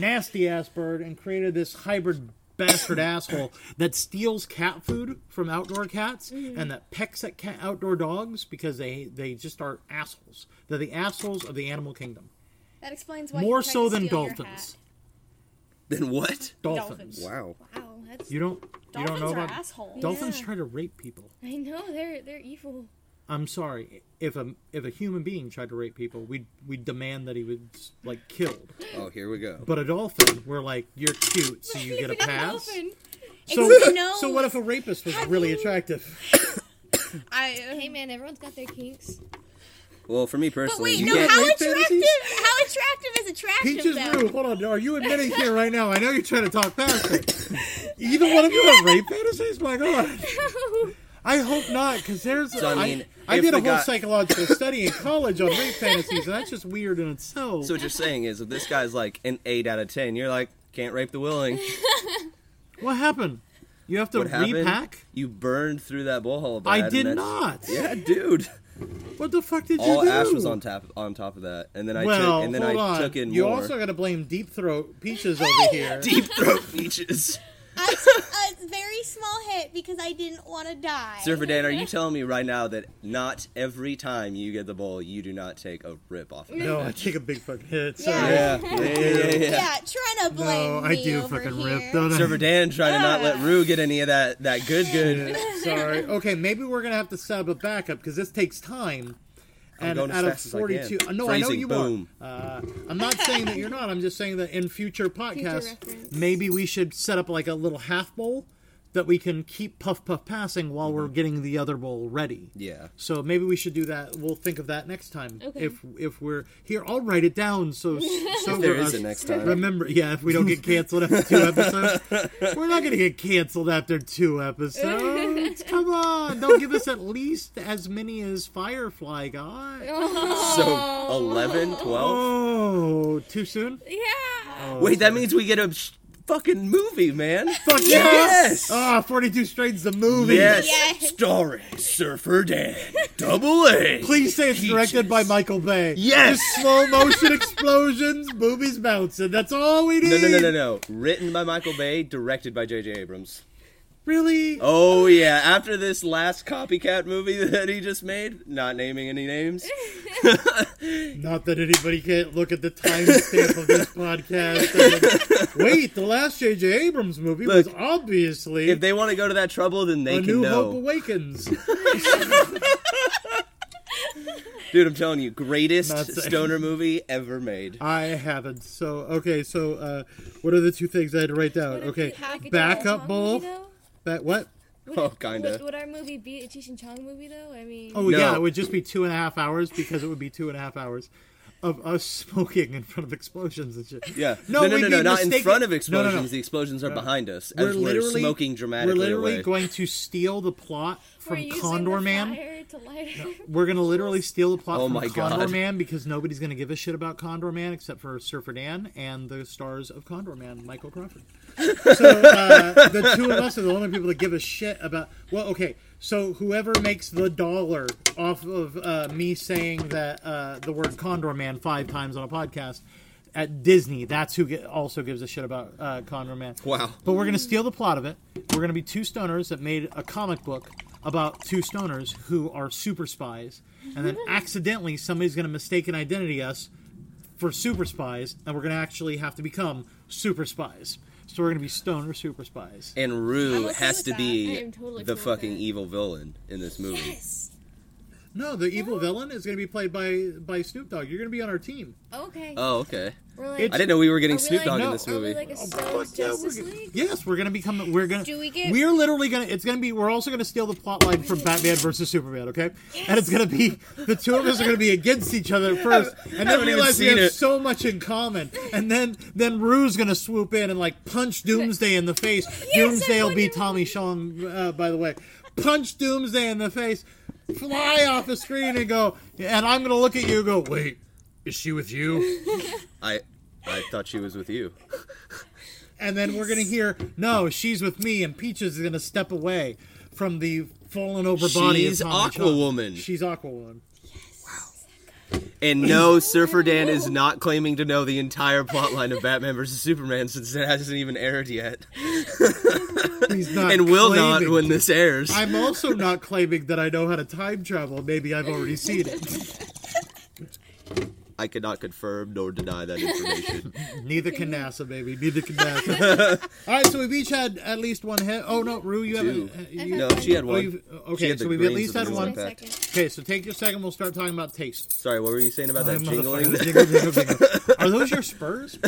[SPEAKER 4] nasty ass bird and created this hybrid bastard asshole that steals cat food from outdoor cats
[SPEAKER 8] Mm-hmm.
[SPEAKER 4] and that pecks at cat outdoor dogs because they they just are assholes. They're the assholes of the animal kingdom,
[SPEAKER 8] that explains why.
[SPEAKER 4] more
[SPEAKER 8] he tried
[SPEAKER 4] so
[SPEAKER 8] to
[SPEAKER 4] than
[SPEAKER 8] steal your
[SPEAKER 4] dolphins.
[SPEAKER 5] Then what?
[SPEAKER 4] Dolphins.
[SPEAKER 8] Dolphins.
[SPEAKER 5] Wow.
[SPEAKER 8] hat. Wow, that's
[SPEAKER 4] You don't. You
[SPEAKER 8] dolphins
[SPEAKER 4] don't know
[SPEAKER 8] are
[SPEAKER 4] about
[SPEAKER 8] assholes.
[SPEAKER 4] dolphins.
[SPEAKER 6] Yeah.
[SPEAKER 4] Try to rape people.
[SPEAKER 6] I know they're they're evil.
[SPEAKER 4] I'm sorry. If a if a human being tried to rape people, we'd we'd demand that he was like killed.
[SPEAKER 5] Oh, here we go.
[SPEAKER 4] But a dolphin, we're like, you're cute, so you get a pass.
[SPEAKER 8] Dolphin.
[SPEAKER 4] So,
[SPEAKER 8] Except no.
[SPEAKER 4] so what if a rapist was really attractive?
[SPEAKER 7] I.
[SPEAKER 6] Hey man, everyone's got their kinks.
[SPEAKER 5] Well, for me personally,
[SPEAKER 7] Wait,
[SPEAKER 5] you
[SPEAKER 7] no.
[SPEAKER 5] can't.
[SPEAKER 7] How
[SPEAKER 4] rape
[SPEAKER 7] attractive?
[SPEAKER 4] fantasies?
[SPEAKER 7] How attractive is attractive?
[SPEAKER 4] Peaches
[SPEAKER 7] though?
[SPEAKER 4] Brew, hold on, are you admitting here right now? I know you're trying to talk past it. Either one of you have rape fantasies? My God. I hope not, because there's.
[SPEAKER 5] So, I mean,
[SPEAKER 4] I,
[SPEAKER 5] if
[SPEAKER 4] did a
[SPEAKER 5] the
[SPEAKER 4] whole
[SPEAKER 5] guy-
[SPEAKER 4] psychological study in college on rape fantasies, and that's just weird in itself.
[SPEAKER 5] So what you're saying is, if this guy's like an eight out of ten, you're like, can't rape the willing.
[SPEAKER 4] what happened? You have to
[SPEAKER 5] What happened?
[SPEAKER 4] repack?
[SPEAKER 5] You burned through that bullhole. Bad,
[SPEAKER 4] I
[SPEAKER 5] and
[SPEAKER 4] did
[SPEAKER 5] that's-
[SPEAKER 4] not.
[SPEAKER 5] Yeah, dude.
[SPEAKER 4] What the fuck did you
[SPEAKER 5] All
[SPEAKER 4] do?
[SPEAKER 5] ash was on top on top of that, and then I
[SPEAKER 4] well,
[SPEAKER 5] took and then
[SPEAKER 4] hold
[SPEAKER 5] I
[SPEAKER 4] on.
[SPEAKER 5] took in
[SPEAKER 4] you
[SPEAKER 5] more
[SPEAKER 4] also got to blame Deep Throat Peaches over here.
[SPEAKER 5] deep throat peaches.
[SPEAKER 7] I took a very small hit because I didn't want to die.
[SPEAKER 5] Surfer Dan, are you telling me right now that not every time you get the bowl, you do not take a rip off? Of it?
[SPEAKER 4] No, I take a big fucking hit. Sorry.
[SPEAKER 5] Yeah, yeah, yeah, yeah.
[SPEAKER 7] yeah, trying to blame
[SPEAKER 4] No,
[SPEAKER 7] me
[SPEAKER 4] I do
[SPEAKER 7] over
[SPEAKER 4] fucking
[SPEAKER 7] here.
[SPEAKER 4] rip, don't I?
[SPEAKER 5] Surfer Dan trying to not let Rue get any of that that good good.
[SPEAKER 4] Yeah, Sorry. Okay, maybe we're gonna have to set up a backup because this takes time.
[SPEAKER 5] I'm
[SPEAKER 4] And
[SPEAKER 5] going as
[SPEAKER 4] out of
[SPEAKER 5] fast as I can.
[SPEAKER 4] forty-two, uh, no, I know
[SPEAKER 5] Phrasing,
[SPEAKER 4] you
[SPEAKER 5] boom.
[SPEAKER 4] are. Uh, I'm not saying that you're not. I'm just saying that in future podcasts,
[SPEAKER 6] reference.
[SPEAKER 4] maybe we should set up like a little half bowl that we can keep puff puff passing while we're getting the other bowl ready.
[SPEAKER 5] Mm-hmm. Yeah.
[SPEAKER 4] So maybe we should do that. We'll think of that next time.
[SPEAKER 6] Okay.
[SPEAKER 4] If if we're here, I'll write it down. So so
[SPEAKER 5] There
[SPEAKER 4] for
[SPEAKER 5] is
[SPEAKER 4] us-
[SPEAKER 5] a next time.
[SPEAKER 4] Remember, yeah, if we don't get canceled after two episodes, we're not going to get canceled after two episodes. Come on, they'll give us at least as many as Firefly got.
[SPEAKER 5] So 11, 12.
[SPEAKER 4] Oh, too soon?
[SPEAKER 6] Yeah.
[SPEAKER 5] Oh. Wait, that means we get a sh- fucking movie, man.
[SPEAKER 4] Oh. Fuck
[SPEAKER 5] Yes!
[SPEAKER 4] Ah, 42 Strains the movie.
[SPEAKER 5] Yes.
[SPEAKER 7] Yes.
[SPEAKER 5] Starring Surfer Dan. Double A.
[SPEAKER 4] Please say it's directed by Michael Bay.
[SPEAKER 5] Yes.
[SPEAKER 4] Just slow motion explosions, boobies bouncing. That's all we need.
[SPEAKER 5] No, no, no, no, no. Written by Michael Bay, directed by J.J. Abrams.
[SPEAKER 4] Really?
[SPEAKER 5] Oh yeah! After this last copycat movie that he just made, not naming any names,
[SPEAKER 4] Not that anybody can't look at the timestamp of this podcast. and then- Wait, the last J.J. Abrams movie was
[SPEAKER 5] Look,
[SPEAKER 4] obviously
[SPEAKER 5] if they want to go to that trouble, then they
[SPEAKER 4] A
[SPEAKER 5] can
[SPEAKER 4] New
[SPEAKER 5] know.
[SPEAKER 4] Hope Awakens.
[SPEAKER 5] Dude, I'm telling you, greatest
[SPEAKER 4] Not saying. Uh,
[SPEAKER 5] stoner movie ever made.
[SPEAKER 4] I haven't. So okay, so uh, what are the two things I had to write down? Okay,
[SPEAKER 6] Package
[SPEAKER 4] backup
[SPEAKER 6] Chong
[SPEAKER 4] bowl.
[SPEAKER 6] movie, though?
[SPEAKER 4] Back, what?
[SPEAKER 5] Oh, kinda.
[SPEAKER 6] Would, would our movie be a Cheech and Chong movie though? I mean,
[SPEAKER 4] Oh
[SPEAKER 5] No.
[SPEAKER 4] yeah, it would just be two and a half hours because it would be two and a half hours of us smoking in front of explosions and shit.
[SPEAKER 5] Yeah.
[SPEAKER 4] No,
[SPEAKER 5] no, no,
[SPEAKER 4] we'd
[SPEAKER 5] no,
[SPEAKER 4] be
[SPEAKER 5] no, not in
[SPEAKER 4] mistaken-
[SPEAKER 5] front of
[SPEAKER 4] No, no,
[SPEAKER 5] explosions.
[SPEAKER 4] no.
[SPEAKER 5] The explosions are behind us
[SPEAKER 4] We're
[SPEAKER 5] as we're
[SPEAKER 4] literally
[SPEAKER 5] smoking
[SPEAKER 4] We're
[SPEAKER 5] dramatically
[SPEAKER 4] literally
[SPEAKER 5] away.
[SPEAKER 4] going to steal the plot
[SPEAKER 6] we're
[SPEAKER 4] from
[SPEAKER 6] using
[SPEAKER 4] Condor
[SPEAKER 6] the
[SPEAKER 4] Man.
[SPEAKER 6] fire to light up.
[SPEAKER 4] We're gonna literally steal the plot
[SPEAKER 5] Oh
[SPEAKER 4] from
[SPEAKER 5] my
[SPEAKER 4] Condor
[SPEAKER 5] God.
[SPEAKER 4] Man because nobody's gonna give a shit about Condor Man except for Surfer Dan and the stars of Condor Man, Michael Crawford. So uh, the two of us are the only people that give a shit about. Well, okay, so whoever makes the dollar off of uh, me saying that uh, the word Condor Man five times on a podcast at Disney, that's who get, also gives a shit about uh, Condor Man.
[SPEAKER 5] Wow.
[SPEAKER 4] But we're going to steal the plot of it. We're going to be two stoners that made a comic book about two stoners who are super spies. And then accidentally, somebody's going to mistake an identity us for super spies. And we're going to actually have to become super spies. So we're going to be stoner super spies.
[SPEAKER 5] And
[SPEAKER 7] I'm
[SPEAKER 5] Rue
[SPEAKER 7] okay
[SPEAKER 5] has
[SPEAKER 7] with
[SPEAKER 5] to
[SPEAKER 7] that.
[SPEAKER 5] be
[SPEAKER 6] I am totally
[SPEAKER 5] the
[SPEAKER 6] cool with
[SPEAKER 5] fucking e-
[SPEAKER 6] that.
[SPEAKER 5] evil villain in this movie.
[SPEAKER 7] Yes.
[SPEAKER 4] No, the evil villain is going to be played by, by Snoop Dogg. You're going to be on our team.
[SPEAKER 6] Okay.
[SPEAKER 5] Oh, okay.
[SPEAKER 6] we're
[SPEAKER 4] it's-
[SPEAKER 6] like,
[SPEAKER 5] I didn't know we were
[SPEAKER 6] are
[SPEAKER 5] getting
[SPEAKER 6] we
[SPEAKER 5] Snoop
[SPEAKER 6] like-
[SPEAKER 5] Dogg
[SPEAKER 4] No.
[SPEAKER 5] in this
[SPEAKER 6] Are we
[SPEAKER 5] movie.
[SPEAKER 6] like a
[SPEAKER 4] Oh, fuck
[SPEAKER 6] Stones
[SPEAKER 4] yeah, we're
[SPEAKER 6] Justice
[SPEAKER 4] gonna-
[SPEAKER 6] League?
[SPEAKER 4] Yes, we're gonna become. We're gonna.
[SPEAKER 7] Do we get-
[SPEAKER 4] We're literally gonna. It's gonna be. We're also gonna steal the plot line from Batman versus Superman. Okay, and it's gonna be the two of us are gonna be against each other at first, and then
[SPEAKER 5] haven't even
[SPEAKER 4] realize we
[SPEAKER 5] seen
[SPEAKER 4] have
[SPEAKER 5] it.
[SPEAKER 4] so much in common, and then then Rue's gonna swoop in and like punch Doomsday in the face.
[SPEAKER 6] I
[SPEAKER 4] Doomsday will be
[SPEAKER 6] wonder-
[SPEAKER 4] Tommy Chong, uh, by the way. Punch Doomsday in the face. fly off the screen and go, and I'm gonna look at you and go, wait, is she with you?
[SPEAKER 5] I I thought she was with you.
[SPEAKER 4] And then we're gonna hear, no, she's with me, and Peaches is gonna step away from the fallen over body. of
[SPEAKER 5] She's
[SPEAKER 4] Tom and
[SPEAKER 5] Aqua
[SPEAKER 4] Chuck.
[SPEAKER 5] Woman.
[SPEAKER 4] She's Aqua Woman.
[SPEAKER 5] And no, Surfer Dan is not claiming to know the entire plotline of Batman vs Superman since it hasn't even aired yet,
[SPEAKER 4] He's not
[SPEAKER 5] and will not
[SPEAKER 4] claiming-
[SPEAKER 5] when this airs.
[SPEAKER 4] I'm also not claiming that I know how to time travel. Maybe I've already seen it.
[SPEAKER 5] I cannot confirm nor deny that information.
[SPEAKER 4] Neither can NASA, baby. Neither can NASA. All right, so we've each had at least one hit. Oh no, Rue, you
[SPEAKER 5] Two.
[SPEAKER 4] haven't. you-
[SPEAKER 5] no, she had
[SPEAKER 4] oh,
[SPEAKER 5] one.
[SPEAKER 4] you've- okay,
[SPEAKER 5] had the
[SPEAKER 4] so we've at
[SPEAKER 5] grains
[SPEAKER 4] least
[SPEAKER 5] of
[SPEAKER 4] had
[SPEAKER 5] the
[SPEAKER 4] one.
[SPEAKER 5] impact.
[SPEAKER 4] Okay, so take your second. We'll start talking about taste.
[SPEAKER 5] Sorry, what were you saying about that jingling?
[SPEAKER 4] Jingle, jingle, jingle. Are those your Spurs?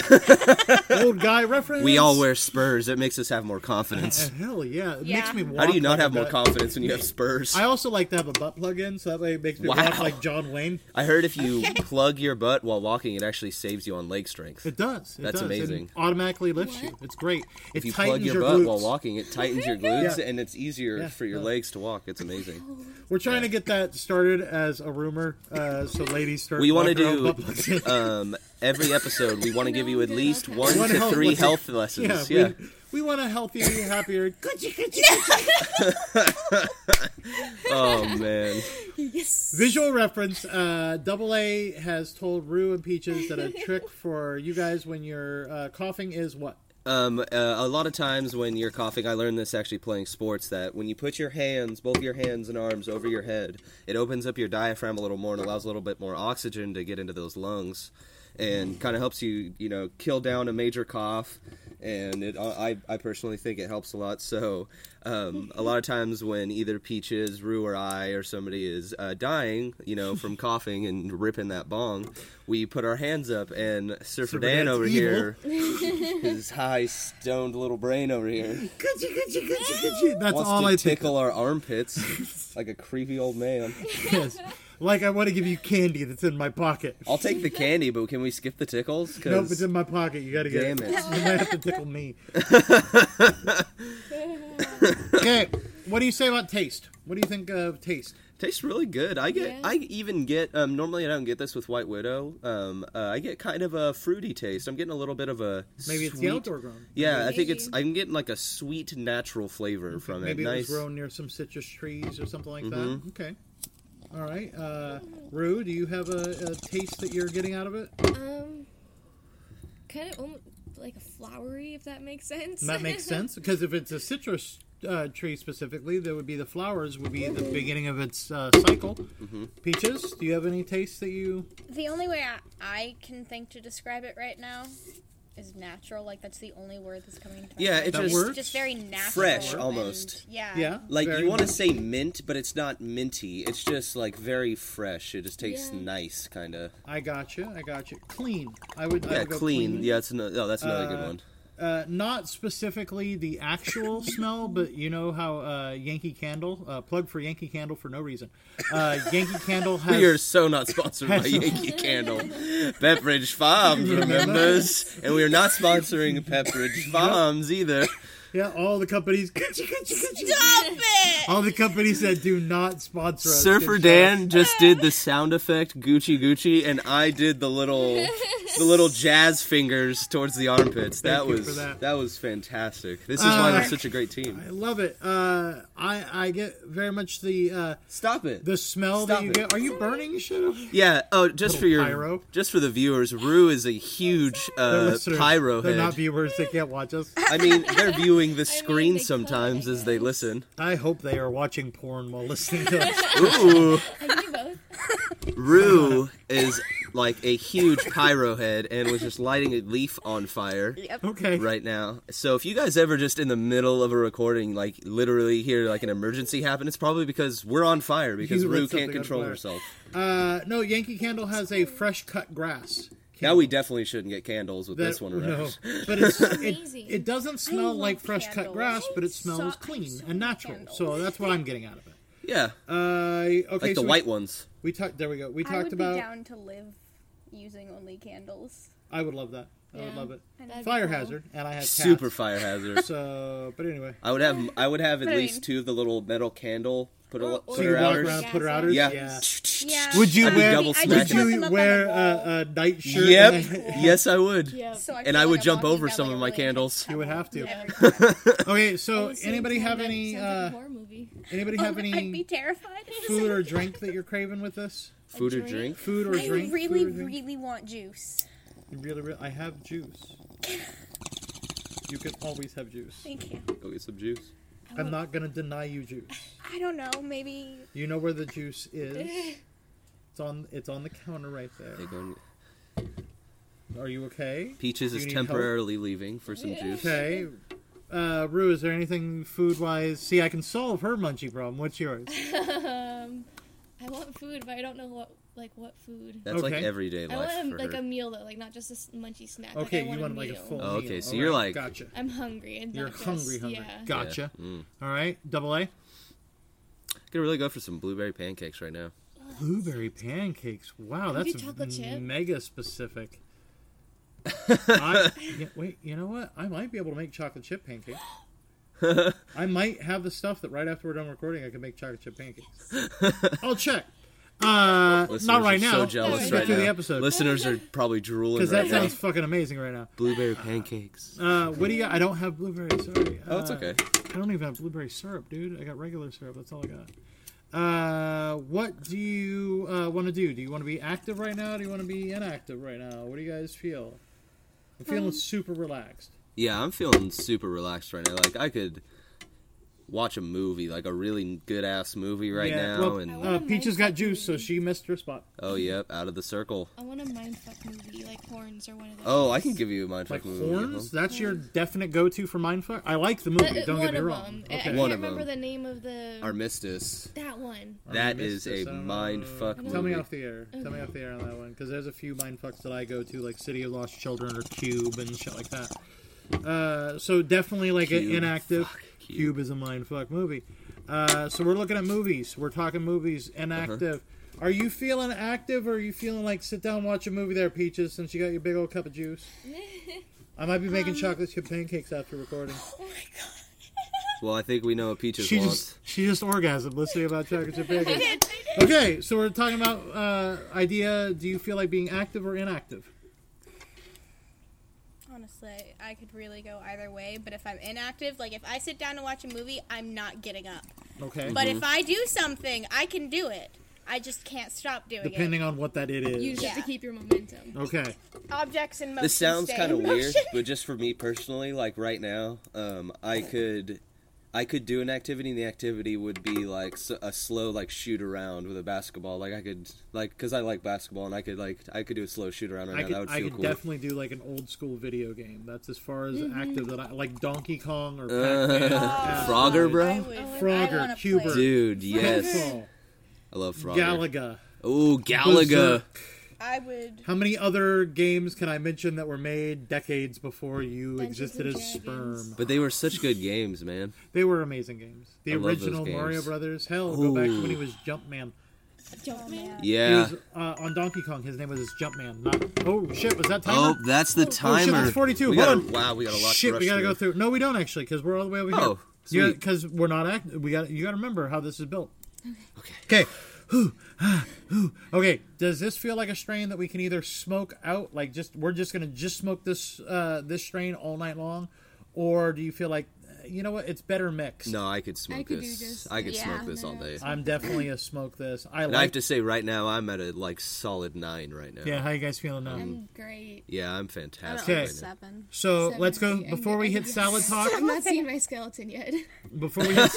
[SPEAKER 4] Old guy reference.
[SPEAKER 5] We all wear spurs. It makes us have more confidence.
[SPEAKER 4] Hell yeah! It
[SPEAKER 7] Yeah.
[SPEAKER 4] makes me. Walk
[SPEAKER 5] How do you not
[SPEAKER 4] like
[SPEAKER 5] have
[SPEAKER 4] a
[SPEAKER 5] more
[SPEAKER 4] guy.
[SPEAKER 5] confidence when you have spurs?
[SPEAKER 4] I also like to have a butt plug in, so that way it makes me walk
[SPEAKER 5] Wow.
[SPEAKER 4] like John Wayne.
[SPEAKER 5] I heard if you plug your butt while walking, it actually saves you on leg strength.
[SPEAKER 4] It does. It
[SPEAKER 5] That's
[SPEAKER 4] does.
[SPEAKER 5] amazing.
[SPEAKER 4] It automatically lifts you. It's great. It
[SPEAKER 5] if you
[SPEAKER 4] tightens
[SPEAKER 5] plug your, butt
[SPEAKER 4] glutes.
[SPEAKER 5] while walking, it tightens your glutes,
[SPEAKER 4] Yeah.
[SPEAKER 5] and it's easier
[SPEAKER 4] Yeah,
[SPEAKER 5] for your
[SPEAKER 4] yeah.
[SPEAKER 5] legs to walk. It's amazing.
[SPEAKER 4] We're trying to get that started as a rumor, uh, so ladies start.
[SPEAKER 5] We want
[SPEAKER 4] walking
[SPEAKER 5] to
[SPEAKER 4] around
[SPEAKER 5] do
[SPEAKER 4] with butt plugs in.
[SPEAKER 5] um, every episode. We want to give you at least one
[SPEAKER 4] One
[SPEAKER 5] to
[SPEAKER 4] health
[SPEAKER 5] three
[SPEAKER 4] lesson.
[SPEAKER 5] health
[SPEAKER 4] yeah,
[SPEAKER 5] lessons.
[SPEAKER 4] we-
[SPEAKER 5] Yeah,
[SPEAKER 4] We, want a healthy, happier.
[SPEAKER 5] Oh man,
[SPEAKER 4] Visual reference. Uh, Double A has told Rue and Peaches that a trick for you guys when you're uh, coughing is what?
[SPEAKER 5] um, uh, a lot of times when you're coughing, I learned this actually playing sports. That when you put your hands, both your hands and arms, over your head, it opens up your diaphragm a little more and allows a little bit more oxygen to get into those lungs, and kind of helps you, you know, kill down a major cough. And it, uh, I, I personally think it helps a lot. So, um, a lot of times when either Peaches, Rue, or I, or somebody is uh, dying, you know, from coughing and ripping that bong, we put our hands up, and Surfer
[SPEAKER 4] Surfer
[SPEAKER 5] Dan
[SPEAKER 4] Dan's
[SPEAKER 5] over
[SPEAKER 4] evil.
[SPEAKER 5] here, his high stoned little brain over here,
[SPEAKER 4] That's
[SPEAKER 5] wants
[SPEAKER 4] all
[SPEAKER 5] to
[SPEAKER 4] I think.
[SPEAKER 5] tickle our armpits like a creepy old man.
[SPEAKER 4] Yes. Like I want to give you candy that's in my pocket.
[SPEAKER 5] I'll take the candy, but can we skip the tickles? 'Cause-
[SPEAKER 4] Nope, it's in my pocket. You gotta get
[SPEAKER 5] Damn it.
[SPEAKER 4] You might have to tickle me. okay, what do you say about taste? What do you think of taste?
[SPEAKER 5] Tastes really good. I get.
[SPEAKER 6] Yeah.
[SPEAKER 5] I even get. Um, normally, I don't get this with White Widow. Um, uh, I get kind of a fruity taste. I'm getting a little bit of a
[SPEAKER 4] Maybe it's the
[SPEAKER 5] sweet-
[SPEAKER 4] outdoor grown.
[SPEAKER 5] Yeah, I think
[SPEAKER 6] Maybe.
[SPEAKER 5] it's. I'm getting like a sweet natural flavor from
[SPEAKER 4] Maybe
[SPEAKER 5] it.
[SPEAKER 4] it
[SPEAKER 5] Nice. Mm-hmm.
[SPEAKER 4] was grown near some citrus trees or something like that. Okay. All right. Uh, Rue, do you have a, a taste that you're getting out of it?
[SPEAKER 6] Um, kind of almost like a flowery, if that makes sense.
[SPEAKER 4] That makes sense because if it's a citrus uh, tree specifically, there would be the flowers would be the beginning of its uh, cycle.
[SPEAKER 5] Mm-hmm.
[SPEAKER 4] Peaches, do you have any taste that you?
[SPEAKER 7] The only way I, I can think to describe it right now is natural. Like that's the only word that's coming to my
[SPEAKER 5] Yeah,
[SPEAKER 7] mind.
[SPEAKER 5] it
[SPEAKER 4] That
[SPEAKER 5] just
[SPEAKER 4] works?
[SPEAKER 7] just very natural,
[SPEAKER 5] Fresh,
[SPEAKER 7] and-
[SPEAKER 5] almost.
[SPEAKER 7] Yeah,
[SPEAKER 4] Yeah.
[SPEAKER 5] like
[SPEAKER 4] very-
[SPEAKER 5] you want to say mint, but it's not minty. It's just like very fresh. It just tastes
[SPEAKER 6] Yeah.
[SPEAKER 5] nice, kind of.
[SPEAKER 4] I got you. I got you. Clean. I would. I
[SPEAKER 5] Yeah,
[SPEAKER 4] would go
[SPEAKER 5] clean. Yeah, that's another. Oh, that's another good
[SPEAKER 4] Uh,
[SPEAKER 5] one.
[SPEAKER 4] Uh, not specifically the actual smell, but you know how uh, Yankee Candle uh, plug for Yankee Candle for no reason. Uh, Yankee Candle has
[SPEAKER 5] We are so not sponsored by
[SPEAKER 4] has-
[SPEAKER 5] Yankee Candle. Pepperidge Farms, remembers? And we are not sponsoring Pepperidge Farms either.
[SPEAKER 4] yeah all the companies.
[SPEAKER 7] Stop it!
[SPEAKER 4] All the companies that do not sponsor us.
[SPEAKER 5] Surfer
[SPEAKER 4] Good
[SPEAKER 5] Dan just did the sound effect Gucci Gucci, and I did the little the little jazz fingers towards the armpits. that
[SPEAKER 4] you
[SPEAKER 5] was
[SPEAKER 4] for that. Uh,
[SPEAKER 5] was fantastic. This is why we're such a great
[SPEAKER 4] I
[SPEAKER 5] team.
[SPEAKER 4] love it. Uh, I I get very much the uh,
[SPEAKER 5] Stop it.
[SPEAKER 4] the smell that
[SPEAKER 5] Stop
[SPEAKER 4] you
[SPEAKER 5] it.
[SPEAKER 4] get. Are you burning shit?
[SPEAKER 5] yeah. Oh, just for your
[SPEAKER 4] pyro.
[SPEAKER 5] just for the viewers, Rue is a huge uh, pyro
[SPEAKER 4] They're
[SPEAKER 5] head.
[SPEAKER 4] not viewers. They can't watch us.
[SPEAKER 5] I mean, they're viewing the screen
[SPEAKER 6] they
[SPEAKER 5] sometimes
[SPEAKER 6] could, I
[SPEAKER 5] as they listen.
[SPEAKER 4] I hope they are watching porn while listening to us.
[SPEAKER 5] Ooh.
[SPEAKER 6] Can you both?
[SPEAKER 5] Rue is like a huge pyro head and was just lighting a leaf on fire
[SPEAKER 4] Okay.
[SPEAKER 5] right now. So if you guys ever just in the middle of a recording, like literally hear like an emergency happen, it's probably because we're on fire because
[SPEAKER 4] You lit
[SPEAKER 5] Rue
[SPEAKER 4] something
[SPEAKER 5] can't
[SPEAKER 4] on
[SPEAKER 5] control
[SPEAKER 4] fire.
[SPEAKER 5] herself.
[SPEAKER 4] Uh, no, Yankee Candle has a fresh cut grass.
[SPEAKER 5] Now we definitely shouldn't get candles with this one
[SPEAKER 4] no,
[SPEAKER 5] around.
[SPEAKER 4] but it's, it,
[SPEAKER 6] Amazing.
[SPEAKER 4] it doesn't smell
[SPEAKER 7] love
[SPEAKER 4] like fresh cut
[SPEAKER 7] candles.
[SPEAKER 4] grass, but it
[SPEAKER 7] I'm so-
[SPEAKER 4] smells
[SPEAKER 7] I'm
[SPEAKER 4] clean
[SPEAKER 7] so
[SPEAKER 4] and natural.
[SPEAKER 7] candles.
[SPEAKER 4] So that's what I'm getting out of it.
[SPEAKER 5] Yeah,
[SPEAKER 4] Uh, okay,
[SPEAKER 5] like the
[SPEAKER 4] so we-
[SPEAKER 5] white ones.
[SPEAKER 4] We talked. There we go. We
[SPEAKER 7] I
[SPEAKER 4] talked
[SPEAKER 7] would
[SPEAKER 4] about.
[SPEAKER 7] be down to live using only candles.
[SPEAKER 4] I would love that. I would
[SPEAKER 6] Yeah.
[SPEAKER 4] love it.
[SPEAKER 6] That'd be
[SPEAKER 4] Fire
[SPEAKER 6] cool.
[SPEAKER 4] hazard, and I have cats,
[SPEAKER 5] Super fire hazard.
[SPEAKER 4] So, but anyway,
[SPEAKER 5] I would have I would have at
[SPEAKER 7] I
[SPEAKER 5] least
[SPEAKER 7] mean-
[SPEAKER 5] two of the little metal candle Put her,
[SPEAKER 6] Or-
[SPEAKER 5] put
[SPEAKER 6] or
[SPEAKER 5] her
[SPEAKER 6] you
[SPEAKER 4] Oh, walk
[SPEAKER 5] outers.
[SPEAKER 4] around,
[SPEAKER 6] Yeah.
[SPEAKER 4] put her outers.
[SPEAKER 5] Yeah.
[SPEAKER 6] Oh, Yeah.
[SPEAKER 4] Would you
[SPEAKER 5] I'd be
[SPEAKER 4] wear?
[SPEAKER 5] double
[SPEAKER 6] Uh, I
[SPEAKER 4] Would
[SPEAKER 6] just
[SPEAKER 5] smacking.
[SPEAKER 6] put them
[SPEAKER 4] you
[SPEAKER 6] up
[SPEAKER 4] wear uh,
[SPEAKER 6] on the wall.
[SPEAKER 4] a, a night shirt?
[SPEAKER 5] Yep.
[SPEAKER 4] and a-
[SPEAKER 5] yes, I would.
[SPEAKER 8] Yeah.
[SPEAKER 6] So I
[SPEAKER 5] And
[SPEAKER 6] feel
[SPEAKER 5] I would
[SPEAKER 6] like I'm
[SPEAKER 5] jump
[SPEAKER 6] walking
[SPEAKER 5] over
[SPEAKER 6] down,
[SPEAKER 5] some
[SPEAKER 6] like,
[SPEAKER 5] of
[SPEAKER 6] a
[SPEAKER 5] my
[SPEAKER 6] lane.
[SPEAKER 5] candles.
[SPEAKER 4] you would have to.
[SPEAKER 6] Everywhere.
[SPEAKER 4] Okay,
[SPEAKER 6] At
[SPEAKER 4] so
[SPEAKER 6] the same
[SPEAKER 4] anybody
[SPEAKER 6] time,
[SPEAKER 4] have
[SPEAKER 6] that
[SPEAKER 4] any?
[SPEAKER 6] sounds like
[SPEAKER 4] Uh,
[SPEAKER 6] a Oh, horror movie.
[SPEAKER 7] Oh,
[SPEAKER 4] anybody have
[SPEAKER 8] I'd be
[SPEAKER 4] any
[SPEAKER 8] terrified.
[SPEAKER 4] food or drink that you're craving with this?
[SPEAKER 5] Food or
[SPEAKER 6] drink?
[SPEAKER 5] drink?
[SPEAKER 4] Food or
[SPEAKER 8] I
[SPEAKER 4] drink?
[SPEAKER 8] really,
[SPEAKER 4] food or drink?
[SPEAKER 8] really want juice.
[SPEAKER 4] You really, really. I have juice. You can always have juice.
[SPEAKER 8] Thank you.
[SPEAKER 5] Go get some juice.
[SPEAKER 4] I'm not gonna deny you juice.
[SPEAKER 8] I don't know. Maybe
[SPEAKER 4] You know where the juice is. It's on. It's on the counter right
[SPEAKER 5] They
[SPEAKER 4] there.
[SPEAKER 5] go and-
[SPEAKER 4] Are you okay?
[SPEAKER 5] Peaches
[SPEAKER 4] Do
[SPEAKER 5] is
[SPEAKER 4] you need help?
[SPEAKER 5] temporarily leaving for some juice.
[SPEAKER 4] Okay. Uh, Rue, is there anything food wise? See, I can solve her munchie problem. What's yours?
[SPEAKER 6] um, I want food, but I don't know what like what food.
[SPEAKER 5] That's like
[SPEAKER 4] Okay.
[SPEAKER 5] everyday
[SPEAKER 6] I
[SPEAKER 5] life
[SPEAKER 6] want
[SPEAKER 5] for
[SPEAKER 6] like
[SPEAKER 5] her.
[SPEAKER 6] a meal though, like not just a s- munchy snack.
[SPEAKER 4] Okay,
[SPEAKER 6] like, I
[SPEAKER 4] you
[SPEAKER 6] want
[SPEAKER 4] want
[SPEAKER 6] a
[SPEAKER 4] like a
[SPEAKER 6] meal.
[SPEAKER 4] full
[SPEAKER 5] Oh, okay,
[SPEAKER 4] meal.
[SPEAKER 5] so
[SPEAKER 4] All
[SPEAKER 5] you're
[SPEAKER 4] right,
[SPEAKER 5] like-
[SPEAKER 4] gotcha.
[SPEAKER 6] I'm hungry. And
[SPEAKER 4] You're
[SPEAKER 6] not
[SPEAKER 4] hungry,
[SPEAKER 6] just,
[SPEAKER 4] hungry.
[SPEAKER 6] Yeah.
[SPEAKER 4] Gotcha.
[SPEAKER 5] Mm.
[SPEAKER 4] All right, double A.
[SPEAKER 5] Could really go for some blueberry pancakes right now.
[SPEAKER 4] Blueberry pancakes. Wow,
[SPEAKER 6] Can we
[SPEAKER 4] that's
[SPEAKER 6] do chocolate chip?
[SPEAKER 4] mega specific. I, yeah, wait, you know what? I might be able to make chocolate chip pancakes. I might have the stuff that right after we're done recording, I can make chocolate chip pancakes. I'll check. Uh,
[SPEAKER 5] Listeners
[SPEAKER 4] not right
[SPEAKER 5] are
[SPEAKER 4] now.
[SPEAKER 5] So jealous
[SPEAKER 4] Let's
[SPEAKER 6] Not
[SPEAKER 4] get
[SPEAKER 5] right
[SPEAKER 4] through
[SPEAKER 5] now.
[SPEAKER 4] the episode.
[SPEAKER 5] Listeners are probably drooling
[SPEAKER 4] Because
[SPEAKER 5] right
[SPEAKER 4] that
[SPEAKER 5] now.
[SPEAKER 4] sounds fucking amazing right now.
[SPEAKER 5] Blueberry pancakes.
[SPEAKER 4] Uh, what do you got? I don't have blueberry. Sorry.
[SPEAKER 5] Oh, it's
[SPEAKER 4] Uh,
[SPEAKER 5] okay.
[SPEAKER 4] I don't even have blueberry syrup, dude. I got regular syrup. That's all I got. Uh, what do you uh, want to do? Do you want to be active right now? Do you want to be inactive right now? What do you guys feel? I'm feeling
[SPEAKER 6] Um,
[SPEAKER 4] super relaxed.
[SPEAKER 5] Yeah, I'm feeling super relaxed right now. Like I could watch a movie, like a really good ass movie right
[SPEAKER 4] Yeah,
[SPEAKER 5] now.
[SPEAKER 4] well,
[SPEAKER 5] and
[SPEAKER 6] I
[SPEAKER 4] Uh,
[SPEAKER 6] want a
[SPEAKER 4] Peach has got
[SPEAKER 6] mindfuck
[SPEAKER 4] juice, so
[SPEAKER 6] movie.
[SPEAKER 4] she missed her spot.
[SPEAKER 5] oh, yep, out of the circle.
[SPEAKER 6] I want a mindfuck movie, like horns or one of those.
[SPEAKER 5] Oh, I can give you a mindfuck
[SPEAKER 4] Like
[SPEAKER 5] movie.
[SPEAKER 4] horns? That's your definite go-to for mindfuck. I like the movie.
[SPEAKER 6] The-
[SPEAKER 4] don't
[SPEAKER 6] one
[SPEAKER 4] get me
[SPEAKER 6] of
[SPEAKER 4] wrong.
[SPEAKER 6] them. I- I
[SPEAKER 4] Okay.
[SPEAKER 5] One
[SPEAKER 6] can't
[SPEAKER 5] of
[SPEAKER 6] remember
[SPEAKER 5] them.
[SPEAKER 6] the name of the
[SPEAKER 5] Armistice.
[SPEAKER 6] that one.
[SPEAKER 5] That
[SPEAKER 4] I missed
[SPEAKER 5] is a
[SPEAKER 4] this. I don't know.
[SPEAKER 5] mindfuck movie.
[SPEAKER 4] Tell me off the air. Tell me off the air on that one, because there's a few mindfucks that I go to, like City of Lost Children or Cube and shit like that. Uh, so definitely like an
[SPEAKER 5] Cube.
[SPEAKER 4] inactive.
[SPEAKER 5] Fuck, Cube.
[SPEAKER 4] Cube. is a mindfuck movie. Uh, so we're looking at movies. We're talking movies. Inactive.
[SPEAKER 5] Uh-huh.
[SPEAKER 4] Are you feeling active, or are you feeling like sit down, watch a movie there, Peaches, since you got your big old cup of juice? I might be making chocolate chip pancakes after recording.
[SPEAKER 5] Well, I think we know what Peaches
[SPEAKER 4] She
[SPEAKER 5] wants.
[SPEAKER 4] just she just orgasmed listening about chocolate chip pancakes. Okay, so we're talking about uh, idea. Do you feel like being active or inactive?
[SPEAKER 7] Honestly, I could really go either way, but if I'm inactive, like if I sit down to watch a movie, I'm not getting up.
[SPEAKER 4] Okay,
[SPEAKER 7] But
[SPEAKER 5] Mm-hmm.
[SPEAKER 7] if I do something, I can do it. I just can't stop doing
[SPEAKER 4] depending on what that it
[SPEAKER 6] You
[SPEAKER 4] is.
[SPEAKER 6] just have to keep your momentum.
[SPEAKER 4] Okay,
[SPEAKER 7] it. Objects in motion.
[SPEAKER 5] This sounds
[SPEAKER 7] stay
[SPEAKER 5] kind of
[SPEAKER 7] in
[SPEAKER 5] weird,
[SPEAKER 7] motion.
[SPEAKER 5] but just for me personally, like right now, um, I could, I could do an activity, and the activity would be like s- a slow like shoot around with a basketball. Like I could, like, cause I like basketball, and I could like, I could do a slow shoot around
[SPEAKER 4] I
[SPEAKER 5] right now.
[SPEAKER 4] could
[SPEAKER 5] that would
[SPEAKER 4] I
[SPEAKER 5] feel
[SPEAKER 4] could
[SPEAKER 5] cool.
[SPEAKER 4] definitely do like an old school video game. That's as far as
[SPEAKER 6] Mm-hmm.
[SPEAKER 4] active that I like Donkey Kong or
[SPEAKER 6] Oh.
[SPEAKER 4] Pac-Man.
[SPEAKER 5] Uh, Frogger, bro?
[SPEAKER 7] I would- I
[SPEAKER 4] Frogger,
[SPEAKER 7] wanna
[SPEAKER 4] Cuber,
[SPEAKER 7] play.
[SPEAKER 5] Dude, yes,
[SPEAKER 4] Pitfall,
[SPEAKER 5] I love Frogger.
[SPEAKER 4] Galaga,
[SPEAKER 5] Oh, Galaga.
[SPEAKER 4] Berserk.
[SPEAKER 7] I would.
[SPEAKER 4] How many other games can I mention that were made decades before you
[SPEAKER 6] Dungeons
[SPEAKER 4] existed
[SPEAKER 6] and
[SPEAKER 4] as
[SPEAKER 6] Dragons.
[SPEAKER 4] sperm?
[SPEAKER 5] But they were such good games, man.
[SPEAKER 4] They were amazing games. The
[SPEAKER 5] I love those
[SPEAKER 4] original Mario
[SPEAKER 5] games.
[SPEAKER 4] Brothers. Hell, go back to when he
[SPEAKER 5] Ooh.
[SPEAKER 4] was Jumpman.
[SPEAKER 7] oh,
[SPEAKER 6] Jumpman.
[SPEAKER 4] He
[SPEAKER 5] Yeah.
[SPEAKER 4] was uh, on Donkey Kong. His name was Jumpman. Not, oh shit, was that
[SPEAKER 5] Oh,
[SPEAKER 4] timer?
[SPEAKER 5] that's the timer.
[SPEAKER 4] that's 42.
[SPEAKER 5] We
[SPEAKER 4] Hold
[SPEAKER 5] gotta-
[SPEAKER 4] on.
[SPEAKER 5] Wow, we got a lot. to
[SPEAKER 4] shit,
[SPEAKER 5] rush
[SPEAKER 4] we gotta
[SPEAKER 5] through.
[SPEAKER 4] go through. No, we don't actually, because we're all the way over
[SPEAKER 5] Oh,
[SPEAKER 4] here.
[SPEAKER 5] sweet.
[SPEAKER 4] because we're not act. We got. You got to remember how this is built. Okay. Okay. Okay. Does this feel like a strain that we can either smoke out, like just we're just gonna just smoke this uh, this strain all night long, or do you feel like, uh, you know what, it's better mixed?
[SPEAKER 5] No, I could smoke
[SPEAKER 6] could do
[SPEAKER 5] this.
[SPEAKER 6] just-
[SPEAKER 5] I could
[SPEAKER 6] yeah.
[SPEAKER 5] smoke this all day.
[SPEAKER 4] I'm definitely a smoke this. I
[SPEAKER 5] And I have
[SPEAKER 4] like.
[SPEAKER 5] to say, right now, I'm at a like solid nine right now.
[SPEAKER 4] Yeah. How you guys feeling now?
[SPEAKER 6] I'm great.
[SPEAKER 5] Yeah, I'm
[SPEAKER 4] I
[SPEAKER 5] fantastic.
[SPEAKER 4] don't- Okay.
[SPEAKER 5] Right now.
[SPEAKER 9] Seven.
[SPEAKER 4] So
[SPEAKER 6] Seven,
[SPEAKER 4] let let's go
[SPEAKER 6] eight,
[SPEAKER 4] before
[SPEAKER 6] and-
[SPEAKER 4] we
[SPEAKER 6] and
[SPEAKER 4] hit
[SPEAKER 6] yes.
[SPEAKER 4] salad talk.
[SPEAKER 6] I'm not seeing my skeleton yet.
[SPEAKER 4] Before we hit,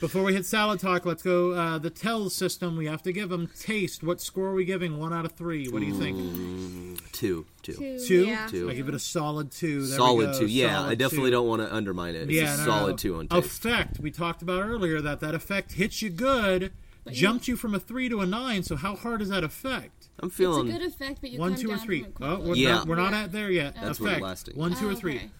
[SPEAKER 4] before we hit salad talk, let's go uh, the tells system. We have to give them taste. What score are we giving? One out of three. What do you think?
[SPEAKER 5] Two, two,
[SPEAKER 4] Two.
[SPEAKER 9] Yeah.
[SPEAKER 5] Two.
[SPEAKER 4] I give it a solid two. There we
[SPEAKER 5] solid
[SPEAKER 4] go,
[SPEAKER 5] two. Yeah,
[SPEAKER 4] solid
[SPEAKER 5] I definitely
[SPEAKER 4] two.
[SPEAKER 5] don't want to undermine it. It's
[SPEAKER 4] Yeah,
[SPEAKER 5] a
[SPEAKER 4] no, no,
[SPEAKER 5] solid
[SPEAKER 4] no. Oh,
[SPEAKER 5] two on taste.
[SPEAKER 4] Effect. We talked about earlier that that effect hits you good, jumped you from a three to a nine. So how hard is that effect?
[SPEAKER 5] I'm
[SPEAKER 9] It's a
[SPEAKER 5] feeling.
[SPEAKER 9] good effect, but you
[SPEAKER 4] One,
[SPEAKER 9] come
[SPEAKER 4] two, or
[SPEAKER 9] down
[SPEAKER 4] three.
[SPEAKER 9] From it
[SPEAKER 4] Oh, we're
[SPEAKER 9] quickly.
[SPEAKER 5] Yeah.
[SPEAKER 4] not we're not at there yet.
[SPEAKER 5] That's what
[SPEAKER 4] effect.
[SPEAKER 5] I'm lasting.
[SPEAKER 4] One, two, or
[SPEAKER 9] Oh,
[SPEAKER 4] three.
[SPEAKER 9] okay.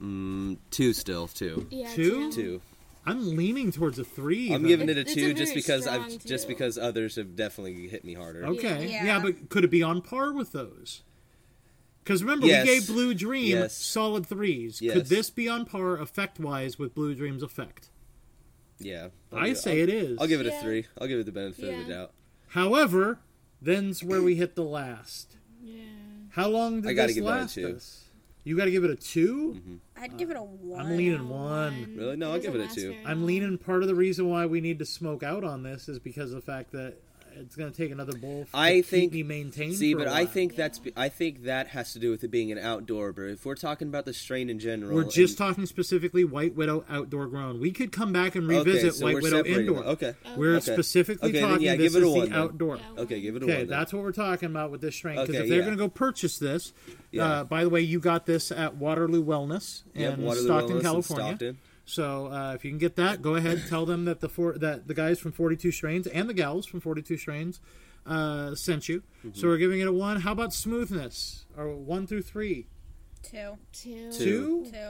[SPEAKER 5] mm, two still, two,
[SPEAKER 9] Yeah,
[SPEAKER 4] Two?
[SPEAKER 5] two.
[SPEAKER 4] I'm leaning towards a three.
[SPEAKER 5] I'm
[SPEAKER 4] but-
[SPEAKER 5] giving it a
[SPEAKER 9] It's-
[SPEAKER 5] two
[SPEAKER 9] it's a
[SPEAKER 5] just
[SPEAKER 9] very
[SPEAKER 5] because I've
[SPEAKER 9] strong
[SPEAKER 5] just
[SPEAKER 9] two.
[SPEAKER 5] because others have definitely hit me harder.
[SPEAKER 4] Okay. Yeah.
[SPEAKER 7] Yeah.
[SPEAKER 4] but could it be on par with those? Because remember,
[SPEAKER 5] Yes.
[SPEAKER 4] we gave Blue Dream
[SPEAKER 5] Yes.
[SPEAKER 4] solid threes.
[SPEAKER 5] Yes.
[SPEAKER 4] Could this be on par effect wise with Blue Dream's effect?
[SPEAKER 5] Oh, Yeah.
[SPEAKER 4] I say it is.
[SPEAKER 5] I'll give it a
[SPEAKER 6] Yeah.
[SPEAKER 5] three. I'll give it the benefit of
[SPEAKER 6] Yeah.
[SPEAKER 5] the doubt.
[SPEAKER 4] However, then's where we hit the last.
[SPEAKER 6] Yeah.
[SPEAKER 4] How long did
[SPEAKER 5] I gotta
[SPEAKER 4] this
[SPEAKER 5] give it a
[SPEAKER 4] last
[SPEAKER 5] two. Mm-hmm.
[SPEAKER 4] us? You got to give it a 2
[SPEAKER 8] I'd give it a one.
[SPEAKER 4] I'm leaning one.
[SPEAKER 5] Really? No, I'll give
[SPEAKER 6] doesn't
[SPEAKER 5] it a
[SPEAKER 6] last
[SPEAKER 5] two.
[SPEAKER 6] very
[SPEAKER 4] I'm
[SPEAKER 6] long.
[SPEAKER 4] leaning. Part of the reason why we need to smoke out on this is because of the fact that it's going to take another bowl. f- to
[SPEAKER 5] I
[SPEAKER 4] keep
[SPEAKER 5] think-
[SPEAKER 4] me maintained.
[SPEAKER 5] See,
[SPEAKER 4] for a
[SPEAKER 5] but I
[SPEAKER 4] while.
[SPEAKER 5] think that's be- I think that has to do with it being an outdoor brew. If we're talking about the strain in general,
[SPEAKER 4] we're
[SPEAKER 5] and-
[SPEAKER 4] just talking specifically White Widow outdoor grown. We could come back and
[SPEAKER 5] Okay,
[SPEAKER 4] revisit
[SPEAKER 5] so
[SPEAKER 4] White
[SPEAKER 5] we're
[SPEAKER 4] Widow
[SPEAKER 5] separating
[SPEAKER 4] indoor.
[SPEAKER 5] them. Okay,
[SPEAKER 4] We're
[SPEAKER 5] Okay.
[SPEAKER 4] specifically
[SPEAKER 5] Okay, then,
[SPEAKER 4] talking.
[SPEAKER 5] yeah,
[SPEAKER 4] this
[SPEAKER 5] give it a
[SPEAKER 4] is
[SPEAKER 5] one,
[SPEAKER 4] the
[SPEAKER 5] then.
[SPEAKER 4] outdoor.
[SPEAKER 6] Yeah,
[SPEAKER 5] okay, give it a
[SPEAKER 4] Okay,
[SPEAKER 5] one. then.
[SPEAKER 4] that's what we're talking about with this strain. Because
[SPEAKER 5] Okay,
[SPEAKER 4] if they're
[SPEAKER 5] yeah.
[SPEAKER 4] going to go purchase this,
[SPEAKER 5] Yeah.
[SPEAKER 4] uh, by the way, you got this at Waterloo Wellness in
[SPEAKER 5] Yep, Waterloo Wellness
[SPEAKER 4] Stockton,
[SPEAKER 5] in
[SPEAKER 4] California.
[SPEAKER 5] Stockton.
[SPEAKER 4] So uh, if you can get that, go ahead. Tell them that the four, that the guys from Forty Two Strains and the gals from Forty Two Strains uh, sent you.
[SPEAKER 5] Mm-hmm.
[SPEAKER 4] So we're giving it a one. How about smoothness? Or one through three?
[SPEAKER 8] Two.
[SPEAKER 6] Two.
[SPEAKER 5] Two.
[SPEAKER 4] Two.
[SPEAKER 8] Two.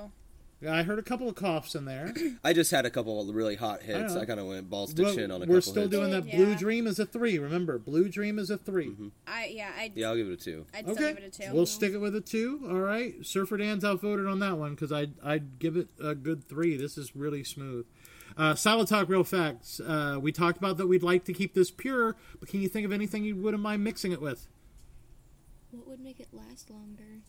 [SPEAKER 4] I heard a couple of coughs in there.
[SPEAKER 5] I just had a couple of really hot hits.
[SPEAKER 4] know.
[SPEAKER 5] I, kind of went balls to
[SPEAKER 4] But
[SPEAKER 5] chin on a
[SPEAKER 4] we're
[SPEAKER 5] couple
[SPEAKER 4] still
[SPEAKER 5] hits.
[SPEAKER 4] doing that.
[SPEAKER 8] Yeah.
[SPEAKER 4] Blue Dream is a three. Remember, Blue Dream is a 3
[SPEAKER 5] Mm-hmm.
[SPEAKER 8] I yeah. I'd
[SPEAKER 5] Yeah, I'll give it a two.
[SPEAKER 8] I'd still
[SPEAKER 4] Okay,
[SPEAKER 8] give it a 2
[SPEAKER 4] we'll stick it with a two. All right, Surfer Dan's outvoted on that one because I'd I'd give it a good three. This is really smooth. Uh, Solid talk, real facts. Uh, we talked about that we'd like to keep this pure, but can you think of anything you wouldn't mind mixing it with?
[SPEAKER 6] What would make it last longer?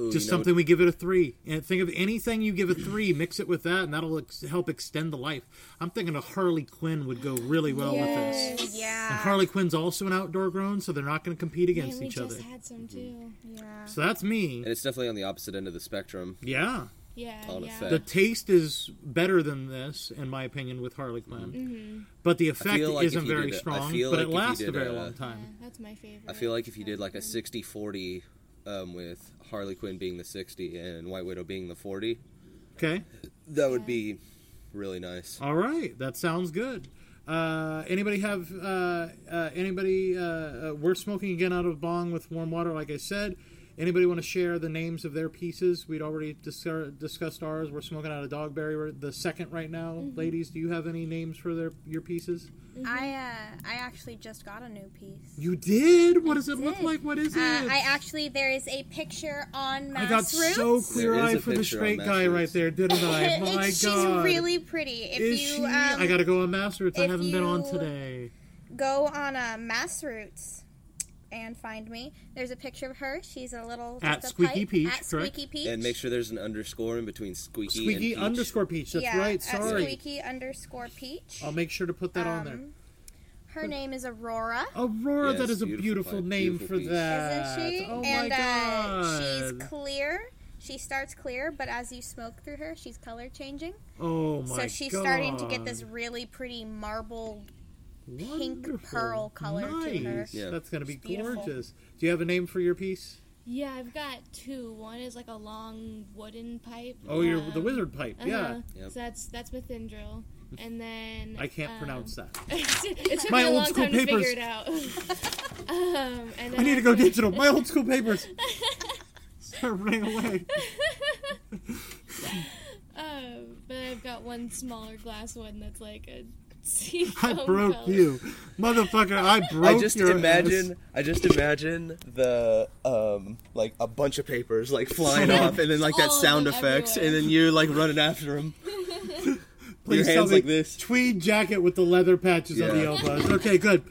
[SPEAKER 5] Ooh,
[SPEAKER 4] Just
[SPEAKER 5] you know what-
[SPEAKER 4] something we give it a three. And think of anything you give a three, mix it with that, and that'll ex- help extend the life. I'm thinking a Harley Quinn would go really well with this. And
[SPEAKER 8] yeah.
[SPEAKER 4] Harley Quinn's also an outdoor grown, so they're not going to compete against
[SPEAKER 6] Man,
[SPEAKER 4] each
[SPEAKER 6] Uh, we
[SPEAKER 4] other.
[SPEAKER 6] just had some
[SPEAKER 5] Mm-hmm.
[SPEAKER 6] too.
[SPEAKER 8] Yeah.
[SPEAKER 4] So that's me.
[SPEAKER 5] And it's definitely on the opposite end of the spectrum.
[SPEAKER 4] Yeah.
[SPEAKER 6] Yeah.
[SPEAKER 5] All in
[SPEAKER 6] yeah.
[SPEAKER 5] effect.
[SPEAKER 4] the taste is better than this, in my opinion, with Harley Quinn.
[SPEAKER 6] Mm-hmm.
[SPEAKER 4] But the effect
[SPEAKER 5] like if
[SPEAKER 4] isn't
[SPEAKER 5] you
[SPEAKER 4] very
[SPEAKER 5] did a- I
[SPEAKER 4] strong,
[SPEAKER 5] feel
[SPEAKER 4] but
[SPEAKER 5] like
[SPEAKER 4] it
[SPEAKER 5] if you
[SPEAKER 4] lasts a
[SPEAKER 5] did uh,
[SPEAKER 4] very
[SPEAKER 5] a-
[SPEAKER 4] long
[SPEAKER 6] Yeah,
[SPEAKER 4] time.
[SPEAKER 6] that's my favorite.
[SPEAKER 5] I feel like if you did like a 60-40 um, with Harley Quinn being the 60 and White Widow being the 40,
[SPEAKER 4] Okay.
[SPEAKER 5] that would be really nice.
[SPEAKER 4] All right. That sounds good. Uh, anybody have uh, uh, anybody? Uh, uh, we're smoking again out of bong with warm water, like I said. Anybody want to share the names of their pieces? We'd already dis- discussed ours. We're smoking out of Dogberry, we're the second right now.
[SPEAKER 8] Mm-hmm.
[SPEAKER 4] Ladies, do you have any names for their your pieces?
[SPEAKER 8] I uh I actually just got a new piece.
[SPEAKER 4] You did. What does it look
[SPEAKER 8] did.
[SPEAKER 4] like? What is
[SPEAKER 8] Uh,
[SPEAKER 4] it?
[SPEAKER 8] I actually there is a picture on
[SPEAKER 4] I
[SPEAKER 8] Mass
[SPEAKER 4] got
[SPEAKER 8] Roots.
[SPEAKER 4] so clear
[SPEAKER 5] There is
[SPEAKER 4] eyed
[SPEAKER 5] a
[SPEAKER 4] for the
[SPEAKER 5] picture on
[SPEAKER 4] straight
[SPEAKER 5] Mass
[SPEAKER 4] guy right
[SPEAKER 5] Roots.
[SPEAKER 4] there, didn't I?
[SPEAKER 8] It's-
[SPEAKER 4] Oh My
[SPEAKER 8] she's
[SPEAKER 4] God.
[SPEAKER 8] really pretty. If
[SPEAKER 4] Is
[SPEAKER 8] you
[SPEAKER 4] she?
[SPEAKER 8] um,
[SPEAKER 4] I gotta go on Mass Roots. I
[SPEAKER 8] if
[SPEAKER 4] haven't been on
[SPEAKER 8] you-
[SPEAKER 4] today.
[SPEAKER 8] go on uh, Mass Roots and find me, there's a picture of her. She's a little
[SPEAKER 4] At
[SPEAKER 8] just a
[SPEAKER 4] Squeaky
[SPEAKER 8] pipe.
[SPEAKER 4] Peach,
[SPEAKER 8] At
[SPEAKER 4] correct?
[SPEAKER 8] Squeaky Peach.
[SPEAKER 5] And make sure there's an underscore in between squeaky, and
[SPEAKER 4] Squeaky
[SPEAKER 5] peach.
[SPEAKER 4] underscore Peach. That's
[SPEAKER 8] yeah,
[SPEAKER 4] right.
[SPEAKER 8] At
[SPEAKER 4] Sorry.
[SPEAKER 8] Squeaky underscore Peach.
[SPEAKER 4] I'll make sure to put that on there.
[SPEAKER 8] Um, Her name is Aurora.
[SPEAKER 4] Aurora,
[SPEAKER 5] Yes,
[SPEAKER 4] that is a
[SPEAKER 5] beautiful
[SPEAKER 4] beautiful
[SPEAKER 5] pipe,
[SPEAKER 4] name
[SPEAKER 5] beautiful
[SPEAKER 4] for
[SPEAKER 5] piece.
[SPEAKER 4] that.
[SPEAKER 8] Um, isn't she?
[SPEAKER 4] Oh
[SPEAKER 8] and
[SPEAKER 4] my
[SPEAKER 8] uh, she's
[SPEAKER 4] God.
[SPEAKER 8] clear. She starts clear, but as you smoke through her, she's color changing.
[SPEAKER 4] oh my
[SPEAKER 8] so she's starting to get this
[SPEAKER 4] God.
[SPEAKER 8] really pretty marble.
[SPEAKER 4] Wonderful.
[SPEAKER 8] pearl color to her.
[SPEAKER 4] Nice.
[SPEAKER 5] Yeah.
[SPEAKER 4] That's gonna be
[SPEAKER 8] beautiful.
[SPEAKER 4] gorgeous. Do you have a name for your piece?
[SPEAKER 6] Yeah, I've got two. One is like a long wooden pipe.
[SPEAKER 4] Oh, your the
[SPEAKER 6] um,
[SPEAKER 4] wizard pipe. Yeah.
[SPEAKER 6] uh-huh.
[SPEAKER 5] Yep.
[SPEAKER 6] So that's that's Mithindril, and then
[SPEAKER 4] I can't
[SPEAKER 6] um,
[SPEAKER 4] pronounce
[SPEAKER 8] Uh,
[SPEAKER 4] that.
[SPEAKER 6] it took
[SPEAKER 4] My
[SPEAKER 6] me a
[SPEAKER 4] old
[SPEAKER 6] long
[SPEAKER 4] school
[SPEAKER 6] time to
[SPEAKER 4] papers.
[SPEAKER 6] figure it out. um, and then
[SPEAKER 4] I need to go
[SPEAKER 6] after-
[SPEAKER 4] digital. My old school papers. Start running away.
[SPEAKER 6] Um, but I've got one smaller glass one that's like a sea.
[SPEAKER 4] I
[SPEAKER 8] Oh,
[SPEAKER 4] broke you, motherfucker. I broke
[SPEAKER 5] I just
[SPEAKER 4] your
[SPEAKER 5] imagine.
[SPEAKER 4] ass.
[SPEAKER 5] I just imagine the um like a bunch of papers like flying off, and then like that
[SPEAKER 6] All of
[SPEAKER 5] sound
[SPEAKER 6] them
[SPEAKER 5] effect,
[SPEAKER 6] everywhere.
[SPEAKER 5] and then you like running after them.
[SPEAKER 4] Please
[SPEAKER 5] your
[SPEAKER 4] tell
[SPEAKER 5] hands
[SPEAKER 4] me
[SPEAKER 5] like this.
[SPEAKER 4] tweed jacket with the leather patches on the
[SPEAKER 5] Yeah.
[SPEAKER 4] elbows. Okay, good.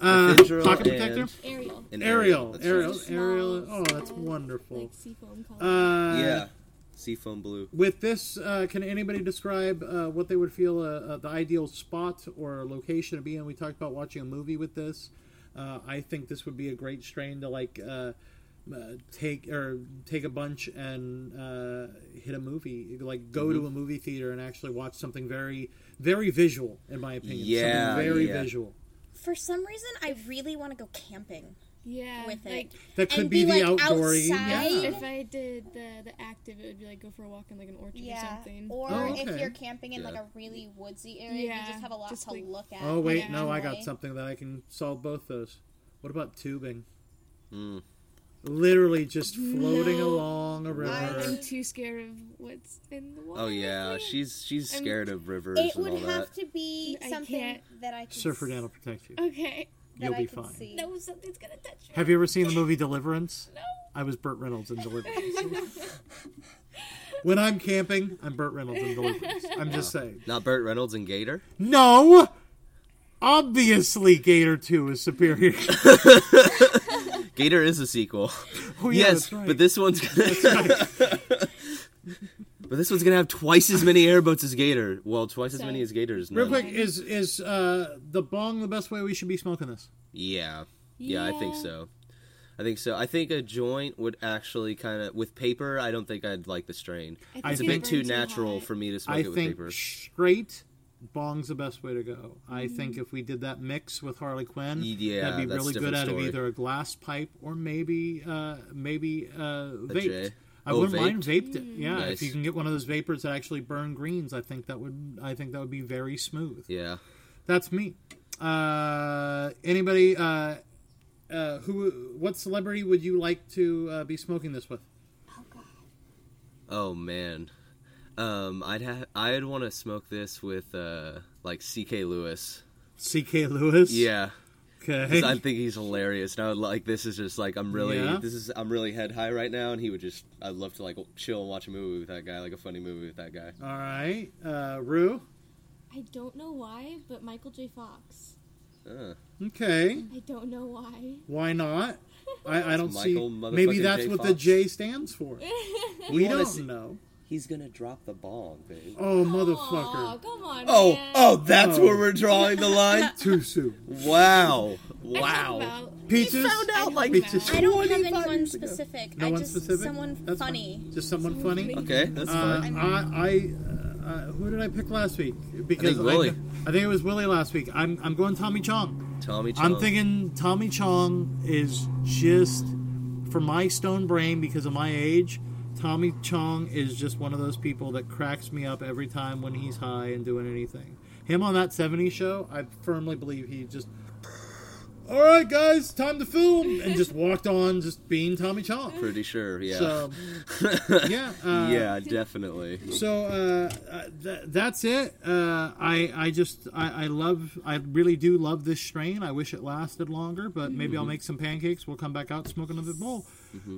[SPEAKER 4] Uh,
[SPEAKER 5] Cathedral
[SPEAKER 4] pocket protector.
[SPEAKER 5] and-
[SPEAKER 6] Ariel.
[SPEAKER 5] And
[SPEAKER 4] Ariel,
[SPEAKER 5] that's
[SPEAKER 4] Ariel,
[SPEAKER 6] Small,
[SPEAKER 4] Ariel. Oh, that's
[SPEAKER 6] sad,
[SPEAKER 4] wonderful.
[SPEAKER 6] Like seafoam color.
[SPEAKER 4] Uh,
[SPEAKER 5] right. Yeah, seafoam blue.
[SPEAKER 4] With this, uh, can anybody describe uh, what they would feel uh, uh, the ideal spot or location to be in? We talked about watching a movie with this. Uh, I think this would be a great strain to like uh, uh, take or take a bunch and uh, hit a movie, like go
[SPEAKER 5] Mm-hmm.
[SPEAKER 4] to a movie theater and actually watch something very, very visual, in my opinion.
[SPEAKER 5] Yeah,
[SPEAKER 4] something very
[SPEAKER 5] yeah.
[SPEAKER 4] visual.
[SPEAKER 8] For some reason, I really want to go camping.
[SPEAKER 6] yeah.
[SPEAKER 8] with it.
[SPEAKER 6] like,
[SPEAKER 4] That could
[SPEAKER 8] And
[SPEAKER 4] be,
[SPEAKER 8] be,
[SPEAKER 4] the
[SPEAKER 8] like,
[SPEAKER 4] outdoory.
[SPEAKER 8] outside.
[SPEAKER 4] Yeah.
[SPEAKER 6] If I did the the active, it would be like go for a walk in like an orchard or
[SPEAKER 8] Yeah.
[SPEAKER 6] something.
[SPEAKER 8] Or
[SPEAKER 4] Oh,
[SPEAKER 8] if
[SPEAKER 4] okay.
[SPEAKER 8] you're camping in like
[SPEAKER 5] Yeah.
[SPEAKER 8] a really woodsy area,
[SPEAKER 6] Yeah,
[SPEAKER 8] you just have a lot
[SPEAKER 6] just
[SPEAKER 8] to
[SPEAKER 6] like-
[SPEAKER 8] look at.
[SPEAKER 4] Oh wait,
[SPEAKER 6] Yeah.
[SPEAKER 4] no, I got
[SPEAKER 8] Right.
[SPEAKER 4] something that I can solve both those. What about tubing?
[SPEAKER 5] Hmm.
[SPEAKER 4] Literally just floating
[SPEAKER 6] No.
[SPEAKER 4] along a river.
[SPEAKER 6] I'm too scared of what's in the water.
[SPEAKER 5] Oh yeah, she's she's
[SPEAKER 6] I'm-
[SPEAKER 5] scared of rivers
[SPEAKER 8] It
[SPEAKER 5] and
[SPEAKER 8] would
[SPEAKER 5] all that.
[SPEAKER 8] have to be
[SPEAKER 6] I
[SPEAKER 8] something
[SPEAKER 6] can't.
[SPEAKER 8] that I can
[SPEAKER 4] Surfer Dan
[SPEAKER 8] s-
[SPEAKER 4] will protect you.
[SPEAKER 6] Okay.
[SPEAKER 8] that
[SPEAKER 4] You'll
[SPEAKER 8] I
[SPEAKER 4] be
[SPEAKER 8] can
[SPEAKER 4] fine.
[SPEAKER 8] see.
[SPEAKER 6] No, something's gonna touch me.
[SPEAKER 4] Have you ever seen the movie Deliverance?
[SPEAKER 6] No.
[SPEAKER 4] I was Burt Reynolds in Deliverance. When I'm camping, I'm Burt Reynolds in Deliverance. I'm just saying.
[SPEAKER 5] Not Burt Reynolds and Gator.
[SPEAKER 4] No! Obviously, Gator 2 is superior.
[SPEAKER 5] Gator is a sequel.
[SPEAKER 4] Oh, yeah,
[SPEAKER 5] yes,
[SPEAKER 4] that's right.
[SPEAKER 5] but this one's gonna. but this one's gonna have twice as many airboats as Gator. Well, twice as many as Gators.
[SPEAKER 4] Real
[SPEAKER 5] No.
[SPEAKER 4] quick, is is uh, the bong the best way we should be smoking this?
[SPEAKER 5] Yeah. yeah, I think
[SPEAKER 6] Yeah.
[SPEAKER 5] so. I think so. I think a joint would actually kind of with paper. I don't think I'd like the strain.
[SPEAKER 4] I
[SPEAKER 5] It's a
[SPEAKER 4] think
[SPEAKER 5] bit
[SPEAKER 4] it'd
[SPEAKER 5] too natural for me to smoke
[SPEAKER 4] I
[SPEAKER 5] it with
[SPEAKER 4] think
[SPEAKER 5] paper.
[SPEAKER 4] straight bong's the best way to go. I think if we did that mix with Harley Quinn,
[SPEAKER 5] Yeah,
[SPEAKER 4] that'd be
[SPEAKER 5] that's a
[SPEAKER 4] really good
[SPEAKER 5] different
[SPEAKER 4] out of
[SPEAKER 5] story.
[SPEAKER 4] either a glass pipe or maybe uh, maybe uh,
[SPEAKER 5] J.
[SPEAKER 4] vaped. I
[SPEAKER 5] Oh,
[SPEAKER 4] wouldn't mind vaped it. Yeah, if
[SPEAKER 5] Nice.
[SPEAKER 4] you can get one of those vapors that actually burn greens, I think that would I think that would be very smooth.
[SPEAKER 5] Yeah.
[SPEAKER 4] That's me. Uh, anybody? Uh, uh, who? What celebrity would you like to uh, be smoking this with?
[SPEAKER 5] Oh man. Um, I'd ha- I'd want to smoke this with uh like C.K. Lewis.
[SPEAKER 4] C.K. Lewis.
[SPEAKER 5] Yeah.
[SPEAKER 4] Okay.
[SPEAKER 5] 'Cause I think he's hilarious. And I would like this is just like I'm really
[SPEAKER 4] Yeah.
[SPEAKER 5] this is I'm really head high right now, and he would just I'd love to like chill and watch a movie with that guy, like a funny movie with that guy.
[SPEAKER 4] All right, uh, Rue.
[SPEAKER 6] I don't know why, but Michael J. Fox.
[SPEAKER 5] Uh,
[SPEAKER 4] Okay,
[SPEAKER 6] I don't know why.
[SPEAKER 4] why not? I, I don't
[SPEAKER 5] Michael
[SPEAKER 4] see.
[SPEAKER 5] motherfucking
[SPEAKER 4] Maybe that's
[SPEAKER 5] J.
[SPEAKER 4] what the
[SPEAKER 5] Fox.
[SPEAKER 4] J stands for. we
[SPEAKER 5] wanna
[SPEAKER 4] don't
[SPEAKER 5] see-
[SPEAKER 4] know.
[SPEAKER 5] he's gonna drop the bong, babe.
[SPEAKER 4] Oh,
[SPEAKER 6] Aw,
[SPEAKER 4] motherfucker!
[SPEAKER 6] come on.
[SPEAKER 5] Oh,
[SPEAKER 6] man.
[SPEAKER 5] oh, that's
[SPEAKER 4] Oh.
[SPEAKER 5] where we're drawing the line.
[SPEAKER 4] Too soon.
[SPEAKER 6] I
[SPEAKER 5] Wow,
[SPEAKER 6] talk
[SPEAKER 5] wow.
[SPEAKER 6] about-
[SPEAKER 4] Peaches.
[SPEAKER 6] out, like,
[SPEAKER 4] Peaches.
[SPEAKER 8] I don't have
[SPEAKER 5] 25
[SPEAKER 8] anyone
[SPEAKER 5] years ago.
[SPEAKER 8] specific.
[SPEAKER 4] No
[SPEAKER 8] I
[SPEAKER 4] one
[SPEAKER 8] just
[SPEAKER 4] specific.
[SPEAKER 8] someone
[SPEAKER 4] That's fine.
[SPEAKER 8] funny.
[SPEAKER 4] Just someone funny.
[SPEAKER 5] Okay, that's
[SPEAKER 4] Uh,
[SPEAKER 5] fine.
[SPEAKER 4] I, I uh, who did I pick last week? Because
[SPEAKER 5] think Willie.
[SPEAKER 4] I think it was Willie last week. I'm I'm going Tommy Chong.
[SPEAKER 5] Tommy, Chong.
[SPEAKER 4] I'm thinking Tommy Chong is just for my stone brain because of my age. Tommy Chong is just one of those people that cracks me up every time when he's high and doing anything. Him on that 70s show, I firmly believe he just All right, guys, time to film and just walked on just being Tommy Chong.
[SPEAKER 5] Pretty sure, yeah.
[SPEAKER 4] So yeah, uh,
[SPEAKER 5] yeah, definitely.
[SPEAKER 4] so uh, uh, th- that's it. Uh, I I just I, I love I really do love this strain. I wish it lasted longer, but maybe I'll make some pancakes. We'll come back out and smoke another bowl.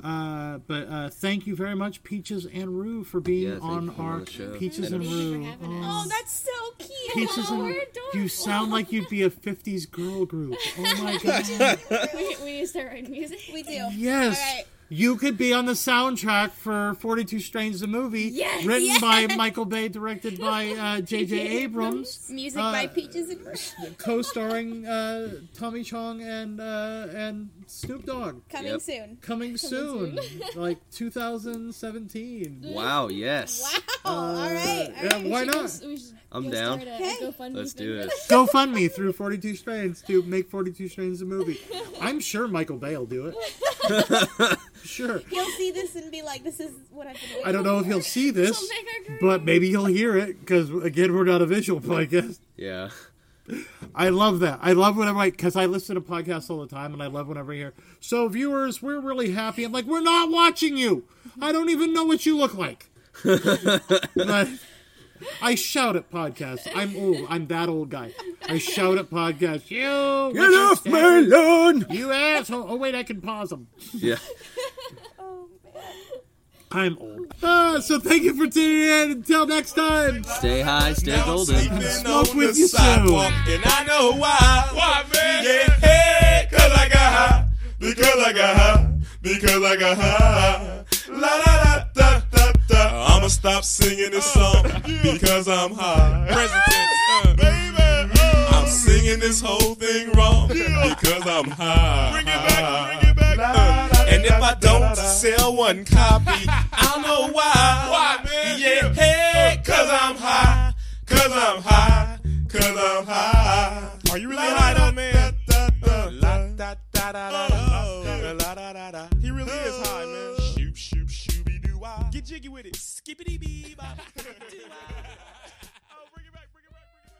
[SPEAKER 4] Uh, but uh, thank you very much, Peaches and Rue, for being
[SPEAKER 5] Yeah, thank
[SPEAKER 4] on
[SPEAKER 5] you for
[SPEAKER 4] our
[SPEAKER 5] the show.
[SPEAKER 4] Peaches and
[SPEAKER 6] Thank you for
[SPEAKER 4] Rue.
[SPEAKER 6] having us.
[SPEAKER 7] Oh, that's so cute.
[SPEAKER 4] Peaches and
[SPEAKER 6] we're
[SPEAKER 4] Rue.
[SPEAKER 6] adorable.
[SPEAKER 4] You sound like you'd be a '50s girl group. Oh my god!
[SPEAKER 6] we, we used our own music.
[SPEAKER 7] We do.
[SPEAKER 4] Yes.
[SPEAKER 7] All right.
[SPEAKER 4] You could be on the soundtrack for 42 Strains, the movie,
[SPEAKER 6] Yes.
[SPEAKER 4] written by Michael Bay, directed by uh, J.J. Abrams.
[SPEAKER 7] Music
[SPEAKER 4] Uh,
[SPEAKER 7] by Peaches and Rue.
[SPEAKER 4] co-starring uh, Tommy Chong and uh, and Snoop Dogg.
[SPEAKER 7] Coming
[SPEAKER 5] Yep.
[SPEAKER 7] soon.
[SPEAKER 4] Coming soon, like 2017.
[SPEAKER 5] Wow, yes.
[SPEAKER 7] Oh, all right.
[SPEAKER 4] Uh, Yeah, why
[SPEAKER 6] We should go-
[SPEAKER 4] not?
[SPEAKER 6] we should
[SPEAKER 5] I'm
[SPEAKER 6] go
[SPEAKER 5] down.
[SPEAKER 6] start a- a
[SPEAKER 7] Okay.
[SPEAKER 6] GoFundMe
[SPEAKER 5] Let's
[SPEAKER 6] thing.
[SPEAKER 5] do it.
[SPEAKER 4] Go fund me through 42 Strains to make 42 Strains a movie. I'm sure Michael Bay will do it. sure.
[SPEAKER 7] He'll see this and be like, this is what I've been waiting
[SPEAKER 4] I don't know if he'll see this,
[SPEAKER 6] Something I agree.
[SPEAKER 4] but maybe he'll hear it because again, we're not a visual podcast.
[SPEAKER 5] Yeah.
[SPEAKER 4] I love that. I love whenever I because I listen to podcasts all the time, and I love whenever I hear. So viewers, we're really happy. I'm like, we're not watching you. I don't even know what you look like. But I shout at podcasts. I'm old. I'm that old guy. I shout at podcasts. You
[SPEAKER 5] Get off my
[SPEAKER 4] misunderstand-
[SPEAKER 5] lawn!
[SPEAKER 4] You asshole! Oh wait, I can pause them.
[SPEAKER 5] Yeah.
[SPEAKER 8] Oh,
[SPEAKER 4] I'm old. Ah, so thank you for tuning in. Until next time.
[SPEAKER 5] Stay high, stay
[SPEAKER 3] Now I'm
[SPEAKER 5] golden.
[SPEAKER 3] sleeping
[SPEAKER 4] Smoke
[SPEAKER 3] on
[SPEAKER 4] with
[SPEAKER 3] the
[SPEAKER 4] you soon.
[SPEAKER 3] sidewalk, and I know why. Why, man? Yeah, hey, 'cause I got high, because I got high, because I got high. La la la da da da. I'ma stop singing this song because I'm high. Uh, President, uh. baby, uh. I'm singing this whole thing wrong because I'm high. Bring it back, bring it back. uh. and if I don't sell one copy, I don't know why. Why, man? Yeah, hey, 'cause Oh,